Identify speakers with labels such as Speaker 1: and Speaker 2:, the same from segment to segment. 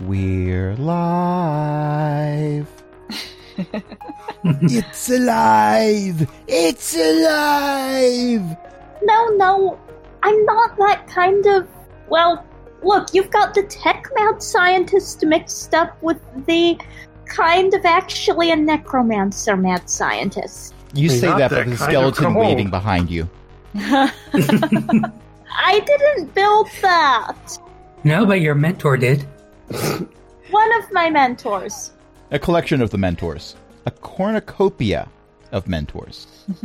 Speaker 1: We're live. it's alive! It's alive!
Speaker 2: No, no, I'm not that kind of. Well, look, you've got the tech mount scientist mixed up with the kind of actually a necromancer mad scientist.
Speaker 1: You
Speaker 3: Hey,
Speaker 1: say
Speaker 3: not
Speaker 1: that,
Speaker 3: that
Speaker 1: but the
Speaker 3: kind of
Speaker 1: skeleton
Speaker 3: cold.
Speaker 1: waving behind you.
Speaker 2: I didn't build that.
Speaker 4: No, but your mentor did.
Speaker 2: One of my mentors.
Speaker 1: A collection of the mentors. A cornucopia of mentors.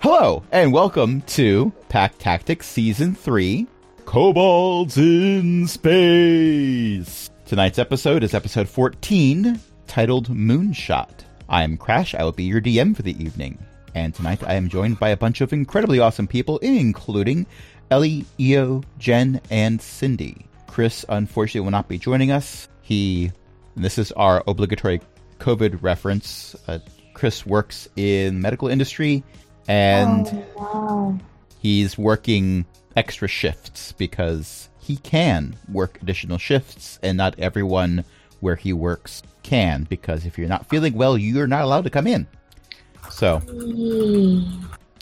Speaker 1: Hello, and welcome to Pack Tactics Season 3 Kobolds in Space. Tonight's episode is episode 14, titled Moonshot. I am Crash, I will be your DM for the evening. And tonight I am joined by a bunch of incredibly awesome people, including Ellie, Io, Jen, and Cindy. Chris, unfortunately, will not be joining us. He and this is our obligatory COVID reference. Uh, Chris works in medical industry, and
Speaker 2: Wow.
Speaker 1: he's working extra shifts because he can work additional shifts, and not everyone where he works can. Because if you're not feeling well, you're not allowed to come in. So,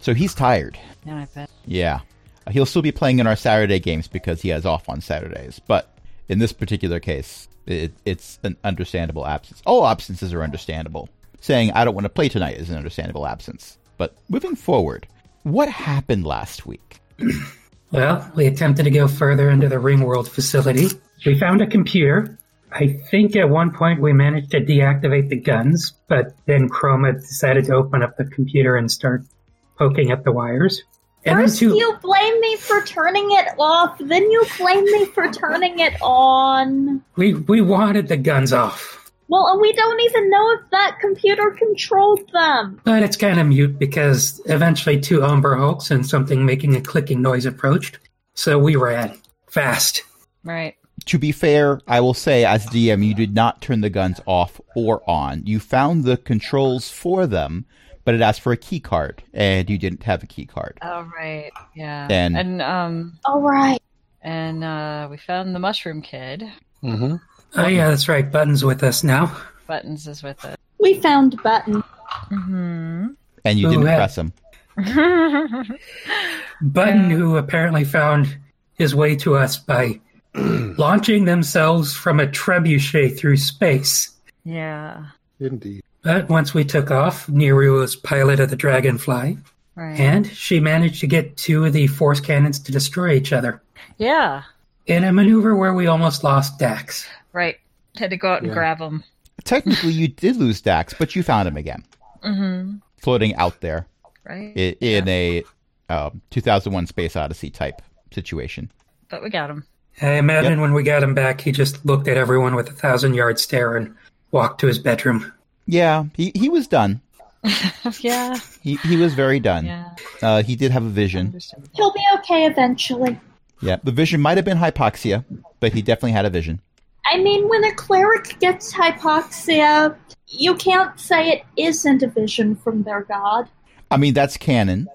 Speaker 1: so he's tired.
Speaker 5: Yeah, I bet.
Speaker 1: Yeah. He'll still be playing in our Saturday games because he has off on Saturdays. But in this particular case, it, it's an understandable absence. All absences are understandable. Saying, I don't want to play tonight is an understandable absence. But moving forward, what happened last week?
Speaker 4: Well, we attempted to go further into the Ringworld facility. We found a computer. I think at one point we managed to deactivate the guns, but then Chroma decided to open up the computer and start poking at the wires. And then
Speaker 2: First,
Speaker 4: two,
Speaker 2: you blame me for turning it off, then you blame me for turning it on.
Speaker 4: we, we wanted the guns off,
Speaker 2: Well, and we don't even know if that computer controlled them.
Speaker 4: but it's kind of mute because eventually two Umber Hulks and something making a clicking noise approached. So we ran fast.
Speaker 5: Right.
Speaker 1: To be fair, I will say, as DM, you did not turn the guns off or on. You found the controls for them, but it asked for a key card, and you didn't have a key card.
Speaker 5: All Oh, right. Yeah.
Speaker 1: And-
Speaker 5: and um
Speaker 2: All right.
Speaker 5: and uh we found the mushroom kid.
Speaker 3: Mm-hmm.
Speaker 4: Oh yeah, that's right. Buttons with us now.
Speaker 5: Buttons is with it.
Speaker 2: We found Button.
Speaker 5: Mm-hmm.
Speaker 1: And you
Speaker 4: Who
Speaker 1: didn't
Speaker 4: had-
Speaker 1: press them.
Speaker 4: Button, who apparently found his way to us by launching themselves from a trebuchet through space.
Speaker 5: yeah.
Speaker 3: Indeed.
Speaker 4: But once we took off, Niru was pilot of the Dragonfly,
Speaker 5: Right.
Speaker 4: and she managed to get two of the force cannons to destroy each other
Speaker 5: yeah.
Speaker 4: in a maneuver where we almost lost Dax.
Speaker 5: Right. Had to go out and
Speaker 3: Yeah.
Speaker 5: grab him.
Speaker 1: Technically, you did lose Dax, but you found him again.
Speaker 5: Mm-hmm.
Speaker 1: floating out there
Speaker 5: Right.
Speaker 1: in, in a um, 2001 Space Odyssey type situation.
Speaker 5: but we got him.
Speaker 4: I imagine
Speaker 1: Yep.
Speaker 4: when we got him back, he just looked at everyone with a thousand yard stare and walked to his bedroom.
Speaker 1: Yeah, he, he was done.
Speaker 5: yeah.
Speaker 1: He, he was very done.
Speaker 5: Yeah.
Speaker 1: Uh, he did have a vision.
Speaker 5: Understandable.
Speaker 2: He'll be okay eventually.
Speaker 1: Yeah, the vision might have been hypoxia, but he definitely had a vision.
Speaker 2: I mean, when a cleric gets hypoxia, you can't say it isn't a vision from their god.
Speaker 1: I mean, that's canon.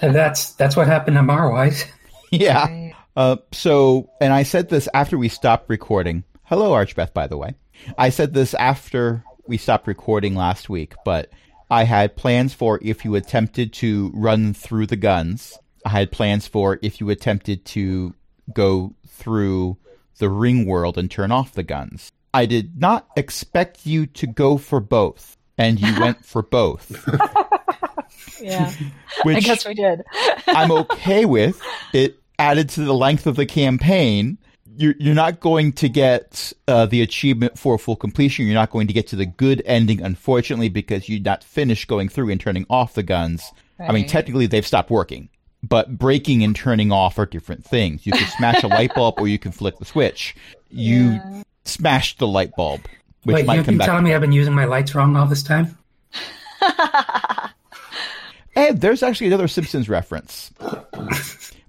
Speaker 4: and that's that's what happened to Marwise.
Speaker 1: Yeah.
Speaker 5: Right.
Speaker 1: Uh, so, and I said this after we stopped recording. Hello, Archbeth, by the way. I said this after we stopped recording last week, but I had plans for if you attempted to run through the guns. I had plans for if you attempted to go through the ring world and turn off the guns. I did not expect you to go for both, and you went for both.
Speaker 5: Yeah.
Speaker 1: Which
Speaker 5: I guess we did.
Speaker 1: I'm okay with it added to the length of the campaign. You're, you're not going to get uh, the achievement for full completion. You're not going to get to the good ending, unfortunately, because you not finished going through and turning off the guns. I mean,
Speaker 5: Right.
Speaker 1: technically, they've stopped working, but breaking and turning off are different things. You can smash a light bulb or you can flick the switch. You smashed the light bulb, which
Speaker 4: Wait,
Speaker 1: might
Speaker 4: you,
Speaker 1: come
Speaker 4: you
Speaker 1: back.
Speaker 4: telling me I've been using my lights wrong all this time?
Speaker 1: And Eh, there's actually another Simpsons reference.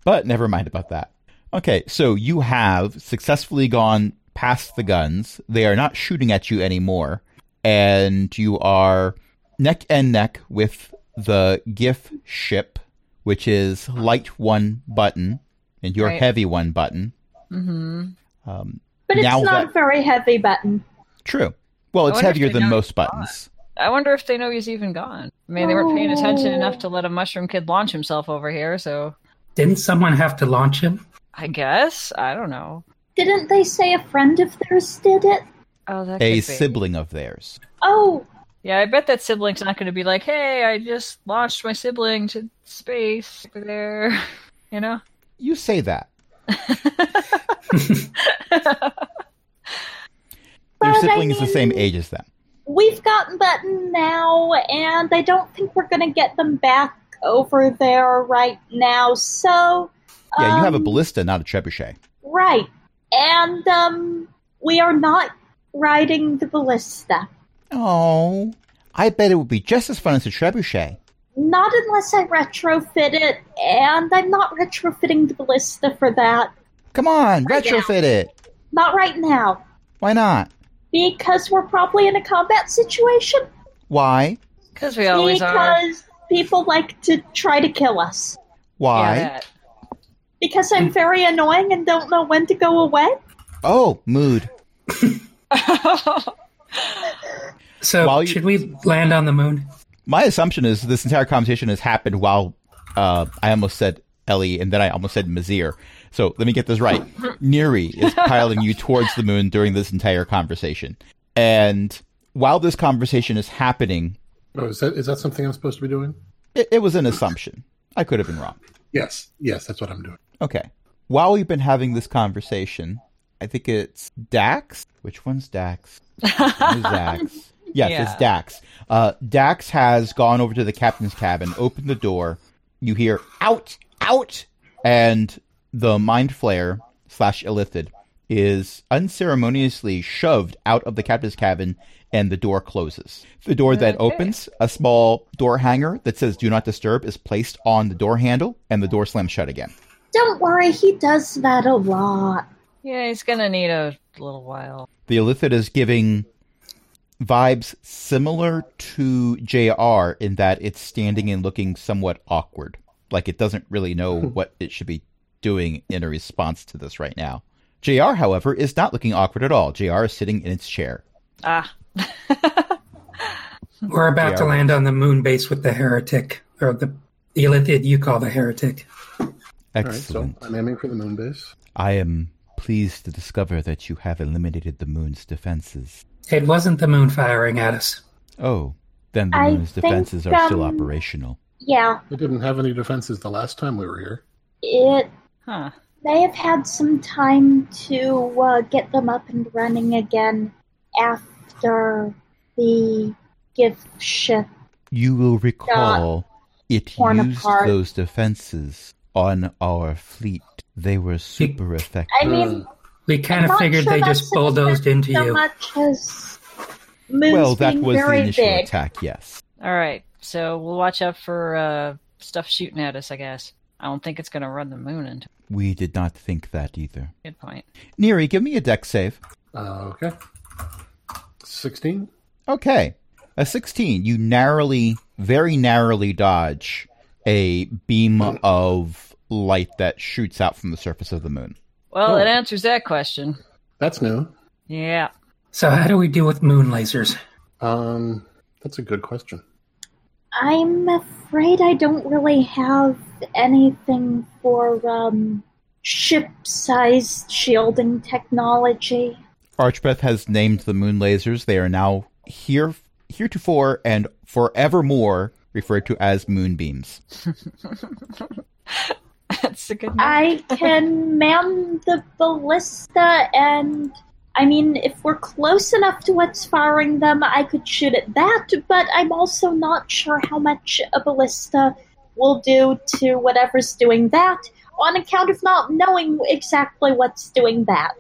Speaker 1: But never mind about that. Okay, so you have successfully gone past the guns. They are not shooting at you anymore. And you are neck and neck with the GIF ship, which is light one button and your
Speaker 5: Right.
Speaker 1: heavy one button.
Speaker 5: mm-hmm.
Speaker 1: Um,
Speaker 2: But it's
Speaker 1: Now
Speaker 2: not
Speaker 1: what?
Speaker 2: a very heavy button.
Speaker 1: True. Well,
Speaker 5: I
Speaker 1: it's
Speaker 5: wonder if
Speaker 1: heavier
Speaker 5: they
Speaker 1: than
Speaker 5: know
Speaker 1: most
Speaker 5: he's gone.
Speaker 1: buttons.
Speaker 5: I wonder if they know he's even gone. I mean, they weren't paying attention
Speaker 2: Oh.
Speaker 5: enough to let a mushroom kid launch himself over here, so
Speaker 4: Didn't someone have to launch him?
Speaker 5: I guess. I don't know.
Speaker 2: Didn't they say a friend of theirs did it?
Speaker 5: Oh, that could
Speaker 1: A
Speaker 5: be.
Speaker 1: sibling of theirs.
Speaker 2: Oh,
Speaker 5: Yeah, I bet that sibling's not going to be like, "Hey, I just launched my sibling to space over there," you know.
Speaker 1: You say that. Your
Speaker 2: But I
Speaker 1: sibling is the
Speaker 2: mean-
Speaker 1: same age as them.
Speaker 2: we've gotten Button now, and I don't think we're going to get them back over there right now. So,
Speaker 1: Yeah, you have a
Speaker 2: um,
Speaker 1: ballista, not a trebuchet.
Speaker 2: right, and um, we are not riding the ballista.
Speaker 1: Oh, I bet it would be just as fun as a trebuchet.
Speaker 2: Not unless I retrofit it, and I'm not retrofitting the ballista for that.
Speaker 1: Come on,
Speaker 2: Right now.
Speaker 1: retrofit it.
Speaker 2: Not right now,
Speaker 1: Why not?
Speaker 2: because we're probably in a combat situation.
Speaker 1: Why?
Speaker 5: Because we always are.
Speaker 2: because people like to try to kill us.
Speaker 1: Why?
Speaker 5: Yeah, that.
Speaker 2: Because I'm very annoying and don't know when to go away.
Speaker 1: Oh, mood.
Speaker 4: So
Speaker 1: While you-
Speaker 4: should we land on the moon?
Speaker 1: My assumption is this entire competition has happened while uh, I almost said Ellie, and then I almost said Mazir. So let me get this right. Neri is piling you towards the moon during this entire conversation, and while this conversation is happening,
Speaker 3: Oh, is that is that something I'm supposed to be doing?
Speaker 1: it, it was an assumption. I could have been wrong.
Speaker 3: Yes, yes, that's what I'm doing.
Speaker 1: Okay. While we've been having this conversation, I think it's Dax. Which one's Dax? Which one is Dax. Yes,
Speaker 5: Yeah.
Speaker 1: it's Dax. Uh, Dax has gone over to the captain's cabin, opened the door. You hear out, out, and the mind flare slash ellipted is unceremoniously shoved out of the captain's cabin, and the door closes. The door then
Speaker 5: Okay.
Speaker 1: opens. A small door hanger that says "Do not disturb" is placed on the door handle, and the door slams shut again.
Speaker 2: Don't worry, he does that a lot.
Speaker 5: yeah, he's gonna need a little while.
Speaker 1: the Illithid is giving vibes similar to JR in that it's standing and looking somewhat awkward. Like it doesn't really know
Speaker 3: Hmm.
Speaker 1: what it should be doing in a response to this right now. JR, however, is not looking awkward at all. JR is sitting in its chair.
Speaker 5: Ah,
Speaker 4: We're about to
Speaker 1: Yeah.
Speaker 4: land on the moon base with the heretic, or the the Elithid you call the heretic.
Speaker 3: All right,
Speaker 1: Excellent.
Speaker 3: so I'm aiming for the moon base.
Speaker 1: I am pleased to discover that you have eliminated the moon's defenses.
Speaker 4: It wasn't the moon firing at us.
Speaker 1: Oh, then the
Speaker 2: I
Speaker 1: moon's
Speaker 2: think,
Speaker 1: defenses are still
Speaker 2: um,
Speaker 1: operational.
Speaker 2: Yeah,
Speaker 3: We didn't have any defenses the last time we were here.
Speaker 2: it
Speaker 5: huh.
Speaker 2: may have had some time to uh, get them up and running again after the gift ship.
Speaker 1: You will recall it
Speaker 2: torn
Speaker 1: used
Speaker 2: apart.
Speaker 1: those defenses on our fleet. They were super
Speaker 2: I
Speaker 1: effective.
Speaker 2: mean,
Speaker 4: We kind of
Speaker 2: not
Speaker 4: figured
Speaker 2: sure
Speaker 4: they
Speaker 2: that's
Speaker 4: just bulldozed
Speaker 2: effective
Speaker 4: into
Speaker 2: so
Speaker 4: you.
Speaker 2: much as moons
Speaker 1: well, that
Speaker 2: being
Speaker 1: was the
Speaker 2: very
Speaker 1: initial
Speaker 2: big.
Speaker 1: attack, yes.
Speaker 5: All right, so we'll watch out for uh, stuff shooting at us. I guess. I don't think it's gonna run the moon into.
Speaker 1: We did not think that either.
Speaker 5: Good point.
Speaker 1: Neri, give me a deck save.
Speaker 3: Uh, okay, sixteen.
Speaker 1: Okay. A 16. You narrowly, very narrowly dodge a beam of light that shoots out from the surface of the moon.
Speaker 5: Well,
Speaker 3: Oh.
Speaker 5: it answers that question.
Speaker 3: That's new.
Speaker 5: Yeah.
Speaker 4: So how do we deal with moon lasers?
Speaker 3: Um, that's a good question.
Speaker 2: I'm afraid I don't really have anything for um, ship-sized shielding technology.
Speaker 1: Archbeth has named the moon lasers. They are now here, heretofore, and forevermore referred to as moonbeams.
Speaker 5: That's a good. name.
Speaker 2: I can man the ballista, and I mean, if we're close enough to what's firing them, I could shoot at that, but I'm also not sure how much a ballista will do to whatever's doing that on account of not knowing exactly what's doing that.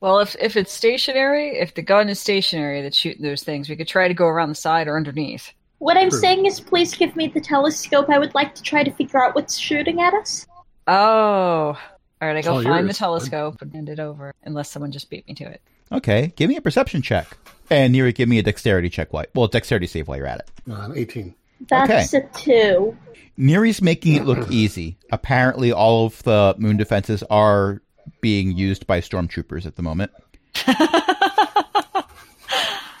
Speaker 5: Well, if if it's stationary, if the gun is stationary that's shooting those things, we could try to go around the side or underneath.
Speaker 2: What I'm
Speaker 3: True.
Speaker 2: saying is, please give me the telescope. I would like to try to figure out what's shooting at us.
Speaker 5: Oh. All right, I go
Speaker 3: all
Speaker 5: find
Speaker 3: yours.
Speaker 5: the telescope and hand it over, unless someone just beat me to it.
Speaker 1: Okay, give me a perception check. And Neri, give me a dexterity check while well, dexterity save while you're at it.
Speaker 3: Uh, eighteen.
Speaker 2: That's a two.
Speaker 1: Neri's making it look easy. Apparently all of the moon defenses are being used by stormtroopers at the moment.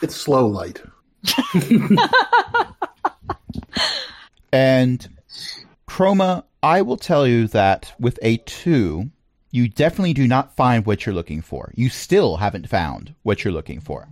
Speaker 3: It's slow light.
Speaker 1: And Chroma, I will tell you that with a two, you definitely do not find what you're looking for. You still haven't found what you're looking for.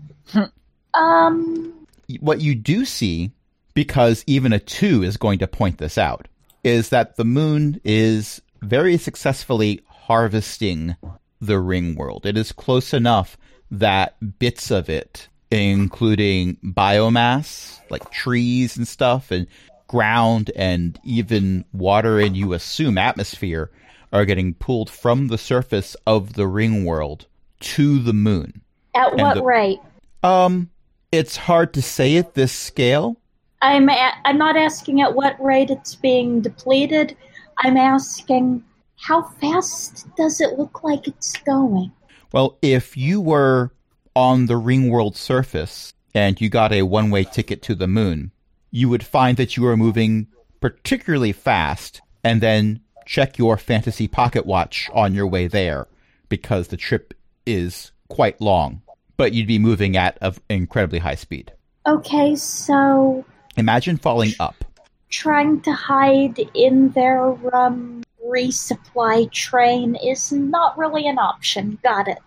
Speaker 2: Um,
Speaker 1: What you do see, because even a two is going to point this out, is that the moon is very successfully harvesting the ring world. It is close enough that bits of it, including biomass, like trees and stuff, and ground and even water and you assume atmosphere, are getting pulled from the surface of the ring world to the moon.
Speaker 2: at what
Speaker 1: the-
Speaker 2: rate?
Speaker 1: Um, it's hard to say at this scale.
Speaker 2: I'm a- I'm not asking at what rate it's being depleted. I'm asking how fast does it look like it's going?
Speaker 1: Well, if you were on the ring world surface and you got a one way ticket to the moon, you would find that you were moving particularly fast and then check your fantasy pocket watch on your way there because the trip is quite long, but you'd be moving at an incredibly high speed.
Speaker 2: Okay, so
Speaker 1: Imagine falling up.
Speaker 2: trying to hide in their um, resupply train is not really an option. Got it.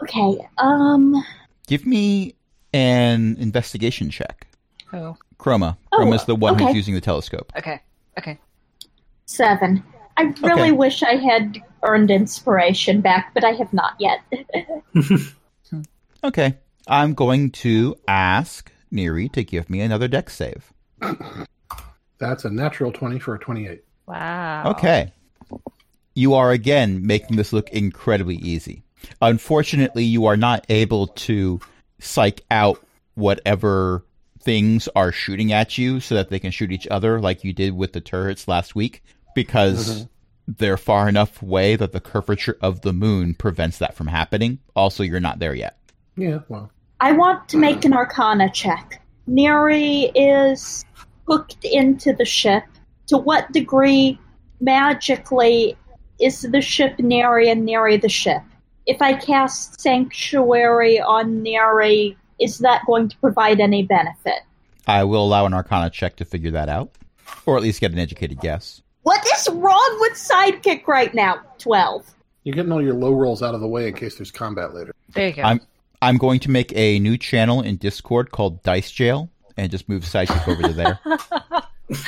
Speaker 2: Okay. Um.
Speaker 1: Give me an investigation check.
Speaker 5: Oh,
Speaker 1: Chroma.
Speaker 2: Oh,
Speaker 1: Chroma's the one who's
Speaker 2: okay.
Speaker 1: using the telescope.
Speaker 5: okay, okay.
Speaker 2: Seven. I really
Speaker 1: Okay.
Speaker 2: wish I had earned inspiration back, but I have not yet.
Speaker 1: Okay. I'm going to ask Neri to give me another deck save.
Speaker 3: That's a natural 20 for a 28.
Speaker 5: Wow.
Speaker 1: Okay. You are again making this look incredibly easy. Unfortunately, you are not able to psych out whatever things are shooting at you so that they can shoot each other like you did with the turrets last week because they're far enough away that the curvature of the moon prevents that from happening. Also, you're not there yet.
Speaker 3: Yeah, well,
Speaker 2: I want to make an arcana check. Neri is hooked into the ship. To what degree, magically, is the ship Neri and Neri the ship? If I cast Sanctuary on Neri, is that going to provide any benefit?
Speaker 1: I will allow an arcana check to figure that out, or at least get an educated guess.
Speaker 2: What is wrong with Sidekick right now? 12.
Speaker 3: you're getting all your low rolls out of the way in case there's combat later.
Speaker 5: There you go.
Speaker 1: I'm I'm going to make a new channel in Discord called Dice Jail and just move Sidekick over to there.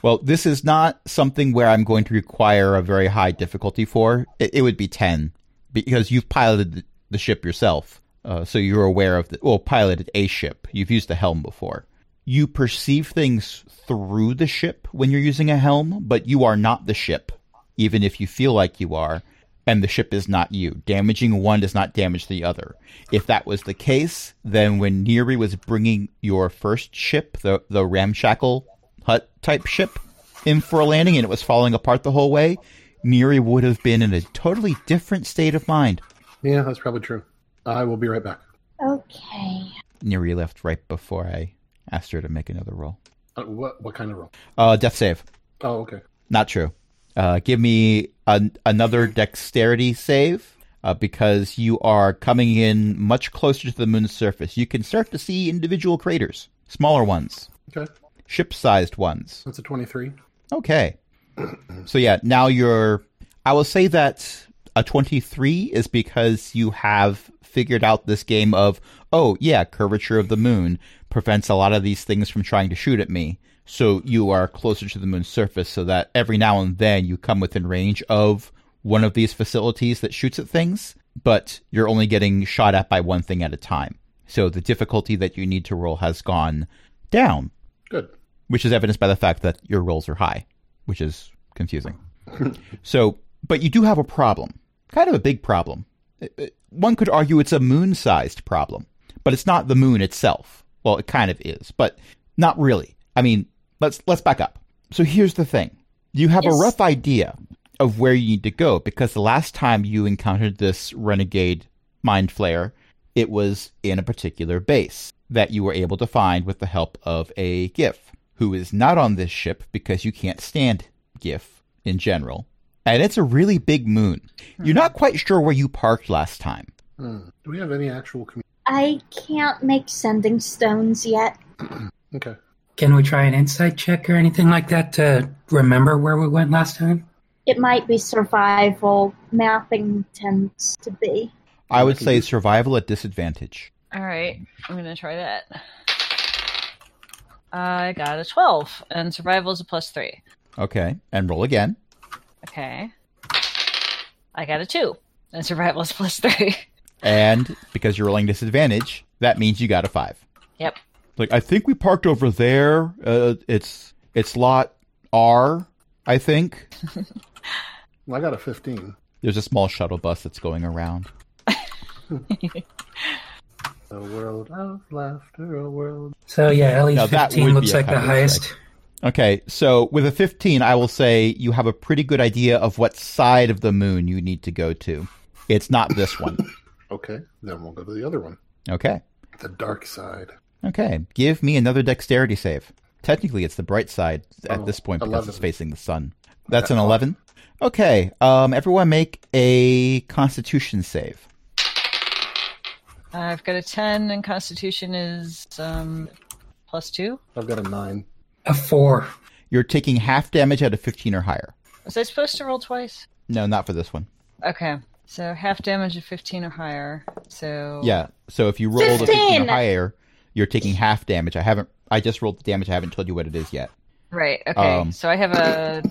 Speaker 1: Well, this is not something where I'm going to require a very high difficulty for. It, it would be 10 because you've piloted the, the ship yourself. Uh, so you're aware of the, well, piloted a ship. You've used the helm before. You perceive things through the ship when you're using a helm, but you are not the ship, even if you feel like you are, and the ship is not you. Damaging one does not damage the other. If that was the case, then when Neri was bringing your first ship, the, the ramshackle hut type ship in for a landing and it was falling apart the whole way, Neri would have been in a totally different state of mind.
Speaker 3: Yeah, that's probably true. I will be right back.
Speaker 2: Okay.
Speaker 1: Neri left right before I asked her to make another roll.
Speaker 3: Uh, what what kind of roll?
Speaker 1: Uh, death save.
Speaker 3: Oh, okay.
Speaker 1: Not true. Uh, give me an, another dexterity save uh, because you are coming in much closer to the moon's surface. You can start to see individual craters, smaller ones,
Speaker 3: Okay.
Speaker 1: ship sized ones.
Speaker 3: That's a 23.
Speaker 1: Okay. So yeah, now you're I will say that a 23 is because you have figured out this game of oh yeah, curvature of the moon prevents a lot of these things from trying to shoot at me. So you are closer to the moon's surface so that every now and then you come within range of one of these facilities that shoots at things, but you're only getting shot at by one thing at a time. So the difficulty that you need to roll has gone down
Speaker 3: Good.
Speaker 1: which is evidenced by the fact that your rolls are high, which is confusing. so, but you do have a problem, kind of a big problem. It- it- One could argue it's a moon sized problem, but it's not the moon itself. Well, it kind of is, but not really. I mean, let's let's back up. So here's the thing. You have
Speaker 2: Yes.
Speaker 1: a rough idea of where you need to go because the last time you encountered this renegade mind flayer, it was in a particular base that you were able to find with the help of a GIF, who is not on this ship because you can't stand GIF in general, and it's a really big moon. You're not quite sure where you parked last time.
Speaker 3: Hmm. Do we have any actual commu-
Speaker 2: I can't make sending stones yet.
Speaker 3: Okay.
Speaker 4: Can we try an insight check or anything like that to remember where we went last time?
Speaker 2: It might be survival. Mapping tends to be.
Speaker 1: I would
Speaker 3: Okay.
Speaker 1: say survival at disadvantage.
Speaker 5: All right, I'm gonna try that. I got a 12, and survival is a plus three.
Speaker 1: Okay, and roll again.
Speaker 5: Okay. I got a two, and survival is plus three.
Speaker 1: And because you're rolling disadvantage, that means you got a five.
Speaker 5: Yep.
Speaker 1: Like I think we parked over there. Uh, it's it's lot R. I think
Speaker 3: Well, I got a 15.
Speaker 1: there's a small shuttle bus that's going around.
Speaker 3: A world of laughter, a world.
Speaker 4: So yeah, LE
Speaker 1: Now, that would
Speaker 4: fifteen
Speaker 1: be
Speaker 4: looks
Speaker 1: a
Speaker 4: like the
Speaker 1: cover
Speaker 4: highest.
Speaker 1: Okay, so with a 15, I will say you have a pretty good idea of what side of the moon you need to go to. It's not this one.
Speaker 3: Okay, then we'll go to the other one.
Speaker 1: Okay.
Speaker 3: The dark side.
Speaker 1: Okay. Give me another dexterity save. Technically, it's the bright side at
Speaker 3: Oh,
Speaker 1: this point because it's
Speaker 3: 11.
Speaker 1: facing the sun. That's an 11. Okay. Um, everyone make a constitution save.
Speaker 5: I've got a 10, and constitution is um, plus two.
Speaker 3: I've got a 9.
Speaker 4: A four.
Speaker 1: You're taking half damage at a 15 or higher.
Speaker 5: Was I supposed to roll twice?
Speaker 1: No, not for this one.
Speaker 5: Okay. So half damage of 15 or higher. So
Speaker 1: Yeah. So if you roll a 15 or
Speaker 2: 15.
Speaker 1: higher, you're taking half damage. I haven't, I just rolled the damage. I haven't told you what it is yet.
Speaker 5: Right. Okay.
Speaker 1: Um,
Speaker 5: so I have a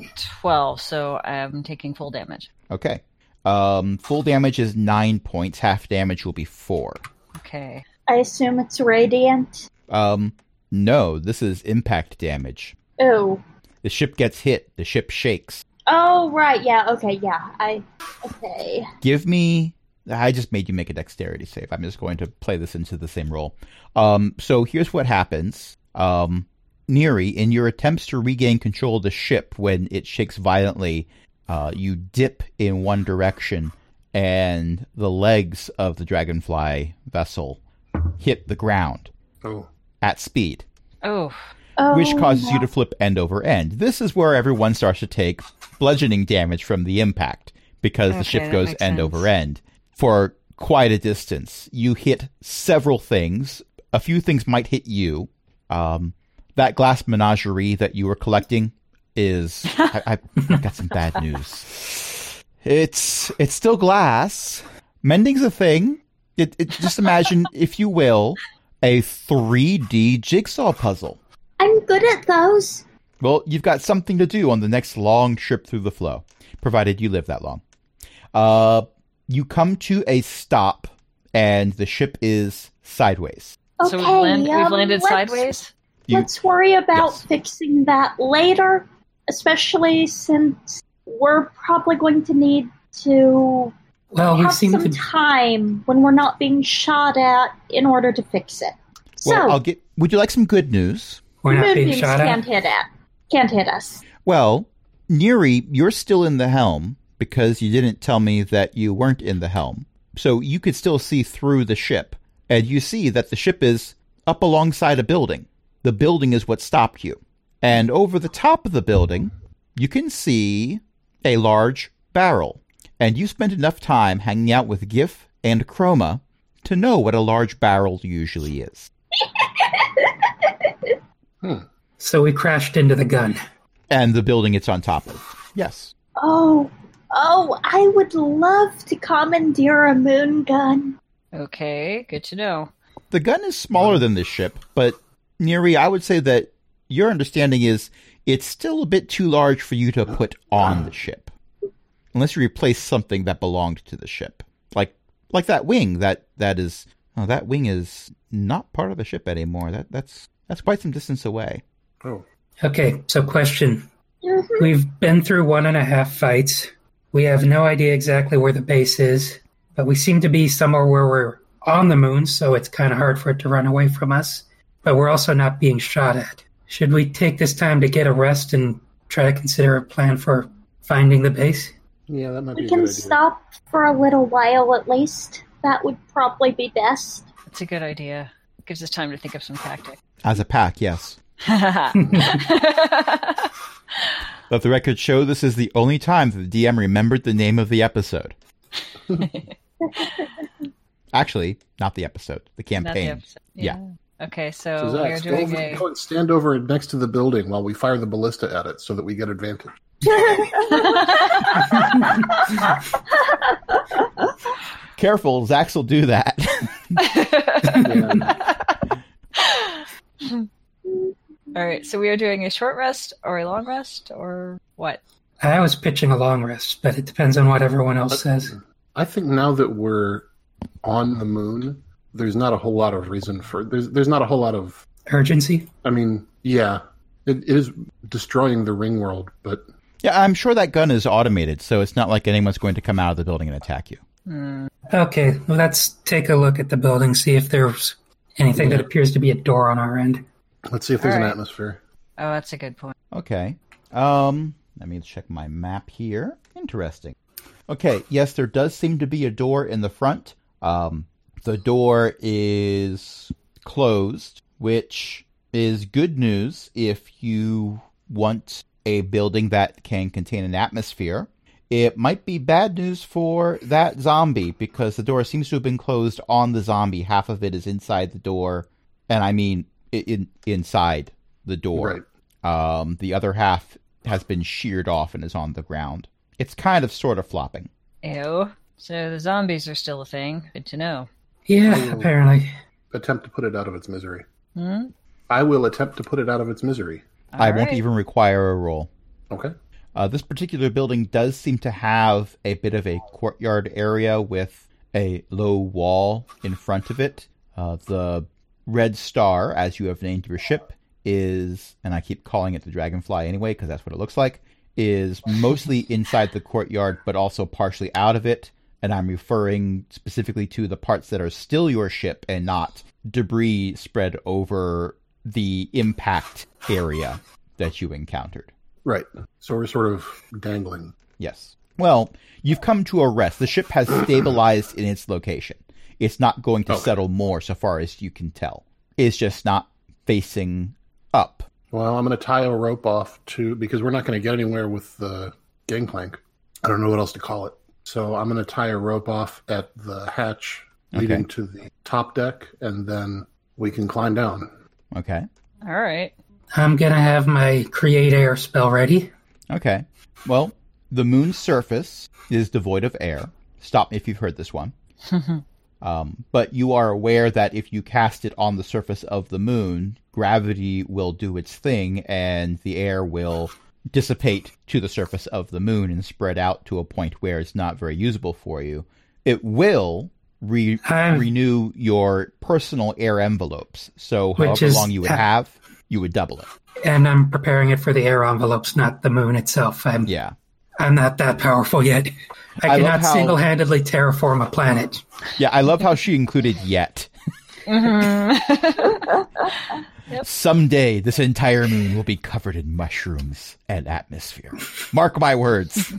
Speaker 5: 12, so I'm taking full damage.
Speaker 1: Okay. Um, full damage is nine points. Half damage will be four.
Speaker 5: Okay.
Speaker 2: I assume it's radiant.
Speaker 1: Um, no, this is impact damage.
Speaker 2: Oh.
Speaker 1: The ship gets hit. The ship shakes.
Speaker 2: Oh right, yeah, okay, yeah. I okay.
Speaker 1: Give me. I just made you make a dexterity save. I'm just going to play this into the same roll. Um, so here's what happens. Um, Neri, in your attempts to regain control of the ship when it shakes violently, uh, you dip in one direction, and the legs of the dragonfly vessel hit the ground.
Speaker 3: Oh,
Speaker 1: at speed,
Speaker 5: Oh.
Speaker 2: Oh,
Speaker 1: which causes
Speaker 2: no.
Speaker 1: you to flip end over end. This is where everyone starts to take bludgeoning damage from the impact because the
Speaker 5: Okay,
Speaker 1: ship
Speaker 5: that
Speaker 1: goes
Speaker 5: makes
Speaker 1: end
Speaker 5: sense.
Speaker 1: over end for quite a distance. You hit several things. A few things might hit you. Um, that glass menagerie that you were collecting is. I, I, I've got some bad news. It's it's still glass. Mending's a thing. It, it, just imagine, if you will, a 3D jigsaw puzzle.
Speaker 2: I'm good at those.
Speaker 1: Well, you've got something to do on the next long trip through the flow, provided you live that long. Uh, you come to a stop, and the ship is sideways.
Speaker 2: Okay.
Speaker 5: so we've, land-
Speaker 2: um,
Speaker 5: we've landed
Speaker 2: let's-
Speaker 5: sideways?
Speaker 1: You-
Speaker 2: Let's worry about
Speaker 1: Yes.
Speaker 2: fixing that later, especially since we're probably going to need to
Speaker 4: Well, we
Speaker 2: have
Speaker 4: seem
Speaker 2: some
Speaker 4: to.
Speaker 2: time when we're not being shot at in order to fix it. So,
Speaker 1: well, I'll get. Would you like some good news?
Speaker 4: we're not
Speaker 2: moon
Speaker 4: being
Speaker 2: beams
Speaker 4: shot
Speaker 2: can't
Speaker 4: at.
Speaker 2: hit at. Can't hit us.
Speaker 1: Well, Neri, you're still in the helm because you didn't tell me that you weren't in the helm. So you could still see through the ship, and you see that the ship is up alongside a building. The building is what stopped you. And over the top of the building, you can see a large barrel. And you spent enough time hanging out with GIF and Chroma to know what a large barrel usually is.
Speaker 4: So we crashed into the gun.
Speaker 1: And the building it's on top of. Yes.
Speaker 2: Oh, oh, I would love to commandeer a moon gun.
Speaker 5: Okay. Good to know.
Speaker 1: The gun is smaller than this ship, but Neri, I would say that your understanding is it's still a bit too large for you to put on the ship, unless you replace something that belonged to the ship, like like that wing that that is oh, that wing is not part of the ship anymore. That that's that's quite some distance away.
Speaker 3: oh.
Speaker 4: Okay, so question.
Speaker 2: Mhm.
Speaker 4: We've been through one and a half fights. We have no idea exactly where the base is, but we seem to be somewhere where we're on the moon, so it's kind of hard for it to run away from us. But we're also not being shot at. Should we take this time to get a rest and try to consider a plan for finding the base?
Speaker 3: Yeah, that might be
Speaker 2: We
Speaker 3: a good
Speaker 2: can
Speaker 3: idea.
Speaker 2: stop for a little while at least. That would probably be best.
Speaker 5: That's a good idea. Gives us time to think of some tactic.
Speaker 1: As a pack, yes.
Speaker 5: All
Speaker 1: Let the record show this is the only time that the DM remembered the name of the episode. Actually, not the episode, the
Speaker 5: Not
Speaker 1: campaign.
Speaker 5: the episode. Yeah. Okay, so
Speaker 3: So
Speaker 5: we are
Speaker 3: Zach, go,
Speaker 5: doing
Speaker 3: over,
Speaker 5: a.
Speaker 3: go and stand over next to the building while we fire the ballista at it so that we get advantage.
Speaker 1: Careful, Zax will do that.
Speaker 3: Yeah.
Speaker 5: All right, so we are doing a short rest or a long rest or what?
Speaker 4: I was pitching a long rest, but it depends on what everyone else says.
Speaker 3: I think now that we're on the moon, there's not a whole lot of reason for there's there's not a whole lot of
Speaker 4: Urgency?
Speaker 3: I mean, yeah, it, it is destroying the ring world, but
Speaker 1: yeah, I'm sure that gun is automated, so it's not like anyone's going to come out of the building and attack you.
Speaker 5: Hmm.
Speaker 4: Okay, let's take a look at the building, see if there's anything that appears to be a door on our end.
Speaker 3: let's see if there's
Speaker 5: All
Speaker 3: an
Speaker 5: right.
Speaker 3: atmosphere.
Speaker 5: Oh, that's a good point.
Speaker 1: Okay. Um, let me check my map here. Interesting. Okay, yes, there does seem to be a door in the front. Um, the door is closed, which is good news if you want a building that can contain an atmosphere. It might be bad news for that zombie because the door seems to have been closed on the zombie. Half of it is inside the door, and I mean i- in, inside the door.
Speaker 3: Right.
Speaker 1: Um, the other half has been sheared off and is on the ground. It's kind of sort of flopping.
Speaker 5: Ew. So the zombies are still a thing. Good to know.
Speaker 4: Yeah,
Speaker 3: Ooh.
Speaker 4: apparently.
Speaker 3: Attempt to put it out of its misery.
Speaker 5: Hmm?
Speaker 3: I will attempt to put it out of its misery.
Speaker 1: I
Speaker 5: All
Speaker 1: won't
Speaker 5: right.
Speaker 1: even require a roll.
Speaker 3: Okay.
Speaker 1: Uh, this particular building does seem to have a bit of a courtyard area with a low wall in front of it. Uh, the Red Star, as you have named your ship, is, and I keep calling it the Dragonfly anyway because that's what it looks like, is mostly inside the courtyard but also partially out of it. And I'm referring specifically to the parts that are still your ship and not debris spread over the impact area that you encountered.
Speaker 3: Right. So we're sort of dangling.
Speaker 1: Yes. Well, you've come to a rest. The ship has stabilized in its location. It's not going to
Speaker 3: Okay.
Speaker 1: settle more, so far as you can tell. It's just not facing up.
Speaker 3: Well, I'm going to tie a rope off to because we're not going to get anywhere with the gangplank. I don't know what else to call it. So I'm going to tie a rope off at the hatch leading
Speaker 1: Okay.
Speaker 3: to the top deck, and then we can climb down.
Speaker 1: Okay.
Speaker 5: All right.
Speaker 4: I'm gonna have my create air spell ready.
Speaker 1: Okay. Well, the moon's surface is devoid of air. Stop me if you've heard this one. um, but you are aware that if you cast it on the surface of the moon, gravity will do its thing and the air will dissipate to the surface of the moon and spread out to a point where it's not very usable for you. It will re-
Speaker 4: Um,
Speaker 1: renew your personal air envelopes. So,
Speaker 4: Which
Speaker 1: however
Speaker 4: is-
Speaker 1: long you would have, you would double it.
Speaker 4: And I'm preparing it for the air envelopes, not the moon itself. I'm
Speaker 1: Yeah.
Speaker 4: I'm not that powerful yet.
Speaker 1: I
Speaker 4: I,
Speaker 1: love
Speaker 4: cannot
Speaker 1: how-
Speaker 4: single handedly terraform a planet.
Speaker 1: Yeah, I love how she included yet. Someday, this entire moon will be covered in mushrooms and atmosphere. Mark my words.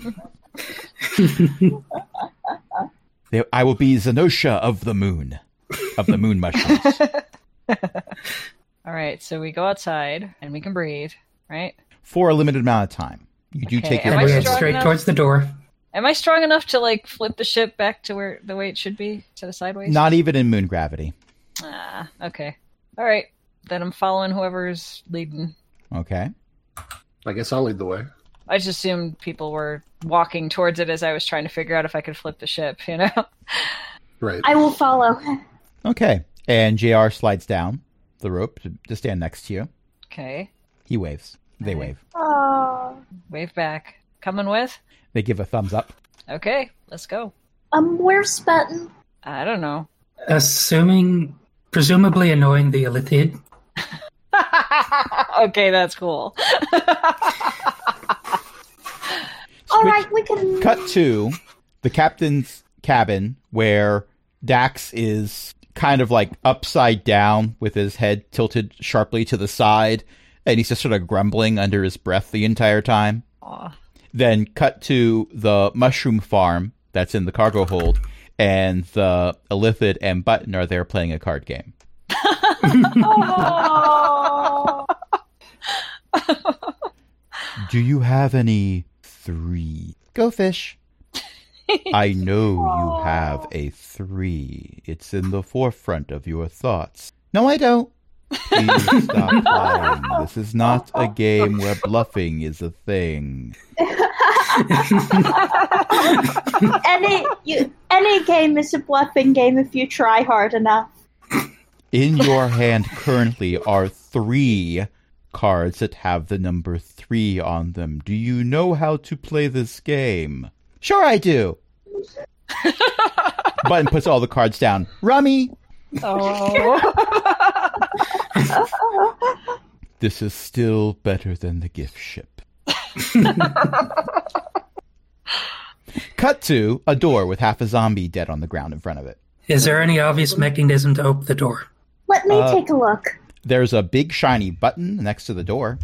Speaker 1: They- I will be Zenosha of the moon, of the moon mushrooms.
Speaker 5: All right. So we go outside and we can breathe, right?
Speaker 1: For a limited amount of time. You do
Speaker 5: Okay,
Speaker 1: take your
Speaker 5: am
Speaker 4: And
Speaker 5: I
Speaker 4: we
Speaker 1: rest.
Speaker 4: head
Speaker 5: strong
Speaker 4: straight
Speaker 5: enough?
Speaker 4: towards the door.
Speaker 5: Am I strong enough to like flip the ship back to where the way it should be, to the sideways?
Speaker 1: Not even in moon gravity.
Speaker 5: Ah, okay. All right. Then I'm following whoever's leading.
Speaker 1: Okay.
Speaker 3: I guess I'll lead the way.
Speaker 5: I just assumed people were walking towards it as I was trying to figure out if I could flip the ship, you know?
Speaker 3: Right.
Speaker 2: I will follow.
Speaker 1: Okay. And JR slides down the rope to, to stand next to you.
Speaker 5: Okay.
Speaker 1: He waves. They
Speaker 5: Okay.
Speaker 1: wave.
Speaker 2: Oh,
Speaker 5: Wave back. Coming with?
Speaker 1: They give a thumbs up.
Speaker 5: Okay, let's go.
Speaker 2: um, where's Button?
Speaker 5: I don't know.
Speaker 4: Assuming presumably annoying the Elithid.
Speaker 5: okay, that's cool.
Speaker 2: All
Speaker 1: Switch-
Speaker 2: right, we can.
Speaker 1: cut to the captain's cabin where Dax is kind of like upside down with his head tilted sharply to the side and he's just sort of grumbling under his breath the entire time.
Speaker 5: Aw.
Speaker 1: Then cut to the mushroom farm that's in the cargo hold and the Elithid and Button are there playing a card game.
Speaker 2: Oh,
Speaker 1: Do you have any three? Go fish. I know you have a three. It's in the forefront of your thoughts. No, I don't. Please stop lying. This is not a game where bluffing is a thing.
Speaker 2: any you, any game is a bluffing game if you try hard enough.
Speaker 1: In your hand currently are three cards that have the number three on them. Do you know how to play this game? Sure, I do. Button puts all the cards down. Rummy!
Speaker 5: Oh.
Speaker 1: This is still better than the gift ship. Cut to a door with half a zombie dead on the ground in front of it.
Speaker 4: Is there any obvious mechanism to open the door?
Speaker 2: Let me
Speaker 1: Uh,
Speaker 2: take a look.
Speaker 1: There's a big shiny button next to the door.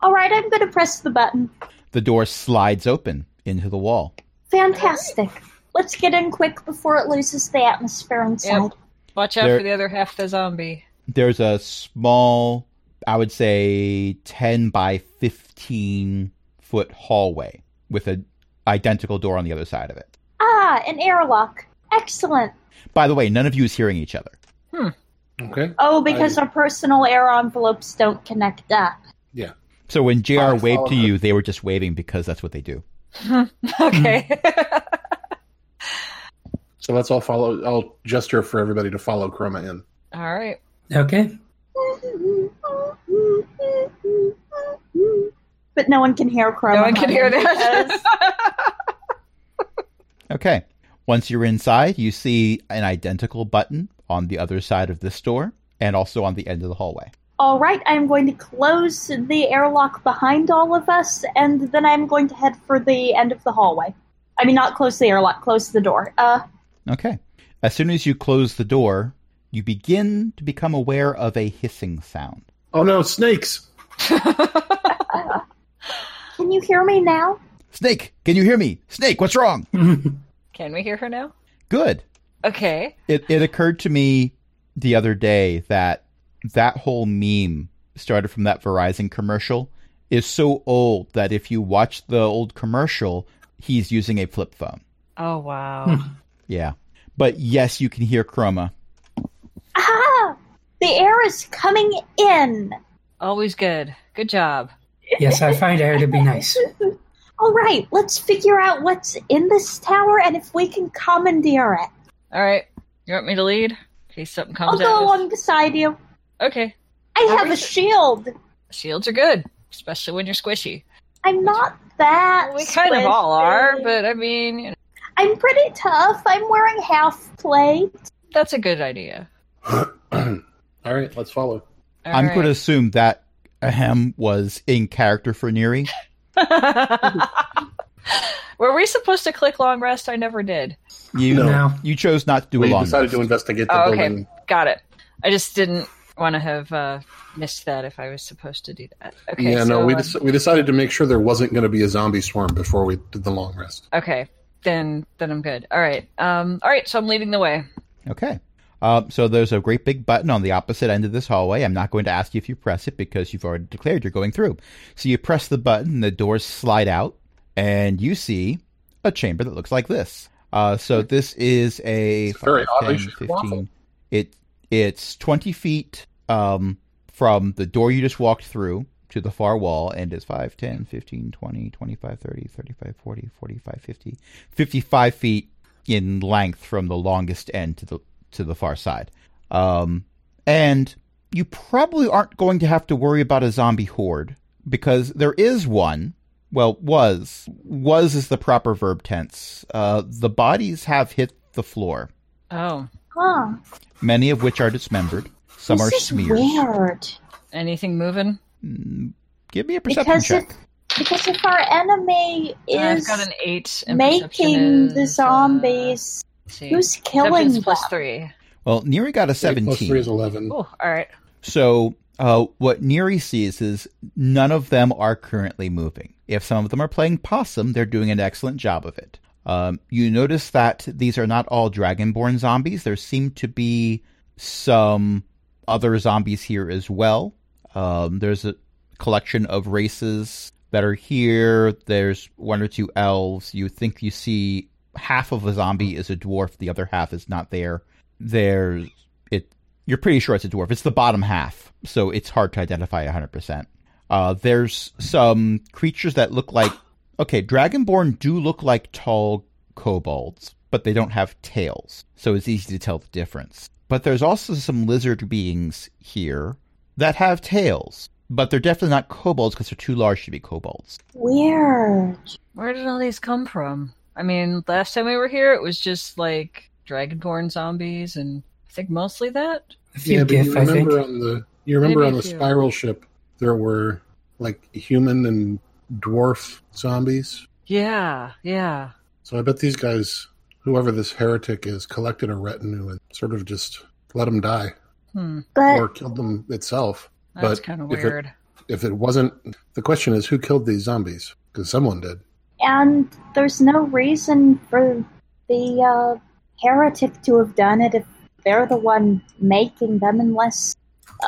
Speaker 2: All right, I'm going to press the button.
Speaker 1: The door slides open into the wall.
Speaker 2: Fantastic. Let's get in quick before it loses the atmosphere inside.
Speaker 5: Yep. Watch out
Speaker 1: There-
Speaker 5: for the other half the zombie.
Speaker 1: there's a small, I would say 10 by 15 foot hallway with an identical door on the other side of it.
Speaker 2: Ah, an airlock. Excellent.
Speaker 1: By the way, none of you is hearing each other.
Speaker 3: Okay.
Speaker 2: Oh, because our personal air envelopes don't connect up.
Speaker 1: So when JR
Speaker 3: I
Speaker 1: waved
Speaker 3: follow
Speaker 1: to
Speaker 3: her.
Speaker 1: you, they were just waving because that's what they do.
Speaker 5: Okay.
Speaker 3: So let's all follow. I'll gesture for everybody to follow Chroma in.
Speaker 5: All right.
Speaker 4: Okay.
Speaker 2: But no one can hear Chroma.
Speaker 5: No one can hear
Speaker 2: honey, because-
Speaker 5: that.
Speaker 1: Okay. Once you're inside, you see an identical button on the other side of this door and also on the end of the hallway.
Speaker 2: all right, I'm going to close the airlock behind all of us, and then I'm going to head for the end of the hallway. I mean, not close the airlock, close the door. Uh,
Speaker 1: Okay. As soon as you close the door, you begin to become aware of a hissing sound.
Speaker 3: Oh no, snakes!
Speaker 2: can you hear me now?
Speaker 1: Snake, can you hear me? Snake, what's wrong?
Speaker 5: Can we hear her now?
Speaker 1: Good.
Speaker 5: Okay.
Speaker 1: It it occurred to me the other day that that whole meme started from that Verizon commercial is so old that if you watch the old commercial, he's using a flip phone.
Speaker 5: Oh wow.
Speaker 1: Hmm. Yeah. But yes, you can hear Chroma.
Speaker 2: Ah, the air is coming in.
Speaker 5: Always good. Good job.
Speaker 4: yes, I find air to be nice.
Speaker 2: All right, let's figure out what's in this tower and if we can commandeer it.
Speaker 5: All right. You want me to lead? In case something
Speaker 2: I'll
Speaker 5: comes
Speaker 2: go
Speaker 5: at us.
Speaker 2: along beside you.
Speaker 5: Okay.
Speaker 2: I have a
Speaker 5: Alright.
Speaker 2: shield.
Speaker 5: Shields are good, especially when you're squishy.
Speaker 2: I'm not that.
Speaker 5: we kind of all
Speaker 2: squishy.
Speaker 5: are, but I mean, you know,
Speaker 2: I'm pretty tough. I'm wearing half plate.
Speaker 5: that's a good idea.
Speaker 3: All right, let's follow.
Speaker 5: All
Speaker 1: I'm
Speaker 5: right.
Speaker 1: going to assume that ahem was in character for Neri.
Speaker 5: Were we supposed to click long rest? I never did.
Speaker 1: You
Speaker 3: No.
Speaker 4: No.
Speaker 1: you chose not to do
Speaker 3: we
Speaker 1: a long
Speaker 3: decided
Speaker 1: rest.
Speaker 3: to investigate the
Speaker 5: Oh, okay.
Speaker 3: building.
Speaker 5: Got it. I just didn't want to have uh, missed that if I was supposed to do that. Okay.
Speaker 3: yeah,
Speaker 5: so,
Speaker 3: no, we
Speaker 5: um,
Speaker 3: dec- we decided to make sure there wasn't going to be a zombie swarm before we did the long rest.
Speaker 5: Okay. Then then I'm good. All right. Um. All right. So I'm leading the way.
Speaker 1: Okay. Um, so there's a great big button on the opposite end of this hallway. I'm not going to ask you if you press it because you've already declared you're going through. So you press the button, the doors slide out, and you see a chamber that looks like this. Uh, so this is a
Speaker 3: It's very oddly shaped
Speaker 1: 15.
Speaker 3: waffle.
Speaker 1: It it's 20 feet um, from the door you just walked through to the far wall, and it's 5, 10, 15, 20, 25, 30, 35, 40, 45, 50, 55 feet in length from the longest end to the to the far side. Um, and you probably aren't going to have to worry about a zombie horde because there is one. Well, was was is the proper verb tense. Uh, the bodies have hit the floor,
Speaker 5: Oh.
Speaker 2: Huh.
Speaker 1: many of which are dismembered. Some
Speaker 2: this
Speaker 1: are
Speaker 2: is
Speaker 1: smeared.
Speaker 2: weird.
Speaker 5: Anything moving?
Speaker 1: Mm, Give me a perception
Speaker 2: Because if,
Speaker 1: check.
Speaker 2: because if our enemy
Speaker 5: I've
Speaker 2: is
Speaker 5: got an eight. and perception
Speaker 2: making the
Speaker 5: is, uh,
Speaker 2: zombies,
Speaker 5: let's see.
Speaker 2: who's
Speaker 5: Perception
Speaker 2: killing
Speaker 5: is
Speaker 2: them?
Speaker 5: plus three.
Speaker 1: Well, Neri got a
Speaker 3: Eight plus three
Speaker 1: seventeen.
Speaker 3: is eleven.
Speaker 5: Oh, all right.
Speaker 1: So uh, what Neri sees is none of them are currently moving. If some of them are playing possum, they're doing an excellent job of it. Um, you notice that these are not all dragonborn zombies. There seem to be some other zombies here as well. Um, there's a collection of races that are here. There's one or two elves. You think you see half of a zombie is a dwarf, the other half is not there. There's it. You're pretty sure it's a dwarf. It's the bottom half, so it's hard to identify 100. percent uh, There's some creatures that look like okay. Dragonborn do look like tall kobolds, but they don't have tails, so it's easy to tell the difference. But there's also some lizard beings here that have tails, but they're definitely not kobolds because they're too large to be kobolds.
Speaker 2: Weird.
Speaker 5: Where did all these come from? I mean, last time we were here, it was just like dragonborn zombies, and I think mostly that.
Speaker 4: A few
Speaker 3: Yeah, but
Speaker 4: gif,
Speaker 3: you
Speaker 4: I think.
Speaker 3: remember on the you remember
Speaker 5: Maybe
Speaker 3: on the
Speaker 5: if you-
Speaker 3: spiral ship there were like human and dwarf zombies.
Speaker 5: Yeah, yeah.
Speaker 3: So I bet these guys, whoever this heretic is, collected a retinue and sort of just let them die
Speaker 5: Hmm.
Speaker 2: But
Speaker 3: or killed them itself.
Speaker 5: That's
Speaker 3: But
Speaker 5: kind of
Speaker 3: if it-
Speaker 5: weird.
Speaker 3: If it wasn't, the question is who killed these zombies? Because someone did.
Speaker 2: and there's no reason for the uh, heretic to have done it if they're the one making them, unless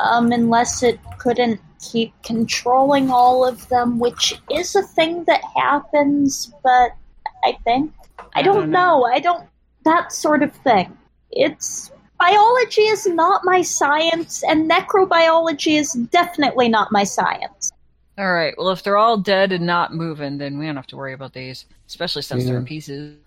Speaker 2: um, unless it couldn't keep controlling all of them, which is a thing that happens. But I think I don't know. I don't that sort of thing. It's biology is not my science, and necrobiology is definitely not my science.
Speaker 5: All right. Well, if they're all dead and not moving, then we don't have to worry about these, especially since they're in
Speaker 3: Yeah.
Speaker 5: pieces.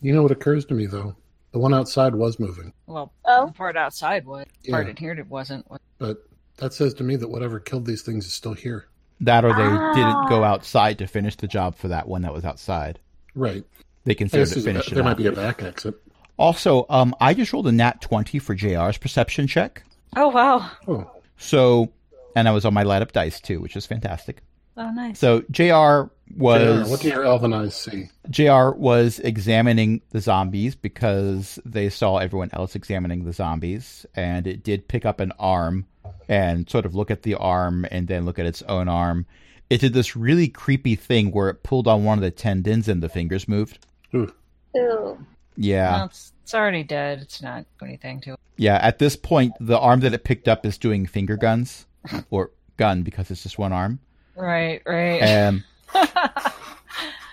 Speaker 3: You know what occurs to me though? The one outside was moving,
Speaker 5: Well,
Speaker 2: Oh.
Speaker 5: the part outside was. The part
Speaker 3: Yeah.
Speaker 5: in here it wasn't.
Speaker 3: but that says to me that whatever killed these things is still here.
Speaker 1: That or they didn't go
Speaker 2: Ah.
Speaker 1: outside to finish the job for that one that was outside.
Speaker 3: Right.
Speaker 1: They
Speaker 3: I
Speaker 1: considered
Speaker 3: guess
Speaker 1: it
Speaker 3: there's a-
Speaker 1: finished.
Speaker 3: there
Speaker 1: and
Speaker 3: might
Speaker 1: out.
Speaker 3: be a back exit.
Speaker 1: Also, um, I just rolled a nat 20 for JR's perception check.
Speaker 5: Oh wow!
Speaker 3: Oh,
Speaker 1: So, and I was on my light up dice too, which is fantastic.
Speaker 5: Oh nice.
Speaker 1: So JR was
Speaker 3: JR, what do your elven eyes see?
Speaker 1: JR was examining the zombies because they saw everyone else examining the zombies, and it did pick up an arm and sort of look at the arm and then look at its own arm. It did this really creepy thing where it pulled on one of the tendons and the fingers moved.
Speaker 2: Ooh.
Speaker 1: Yeah.
Speaker 5: Well, it's, it's already dead. It's not doing anything to it.
Speaker 1: Yeah. At this point, the arm that it picked up is doing finger guns or gun because it's just one arm.
Speaker 5: Right,
Speaker 3: Eh.
Speaker 5: right.
Speaker 1: Um,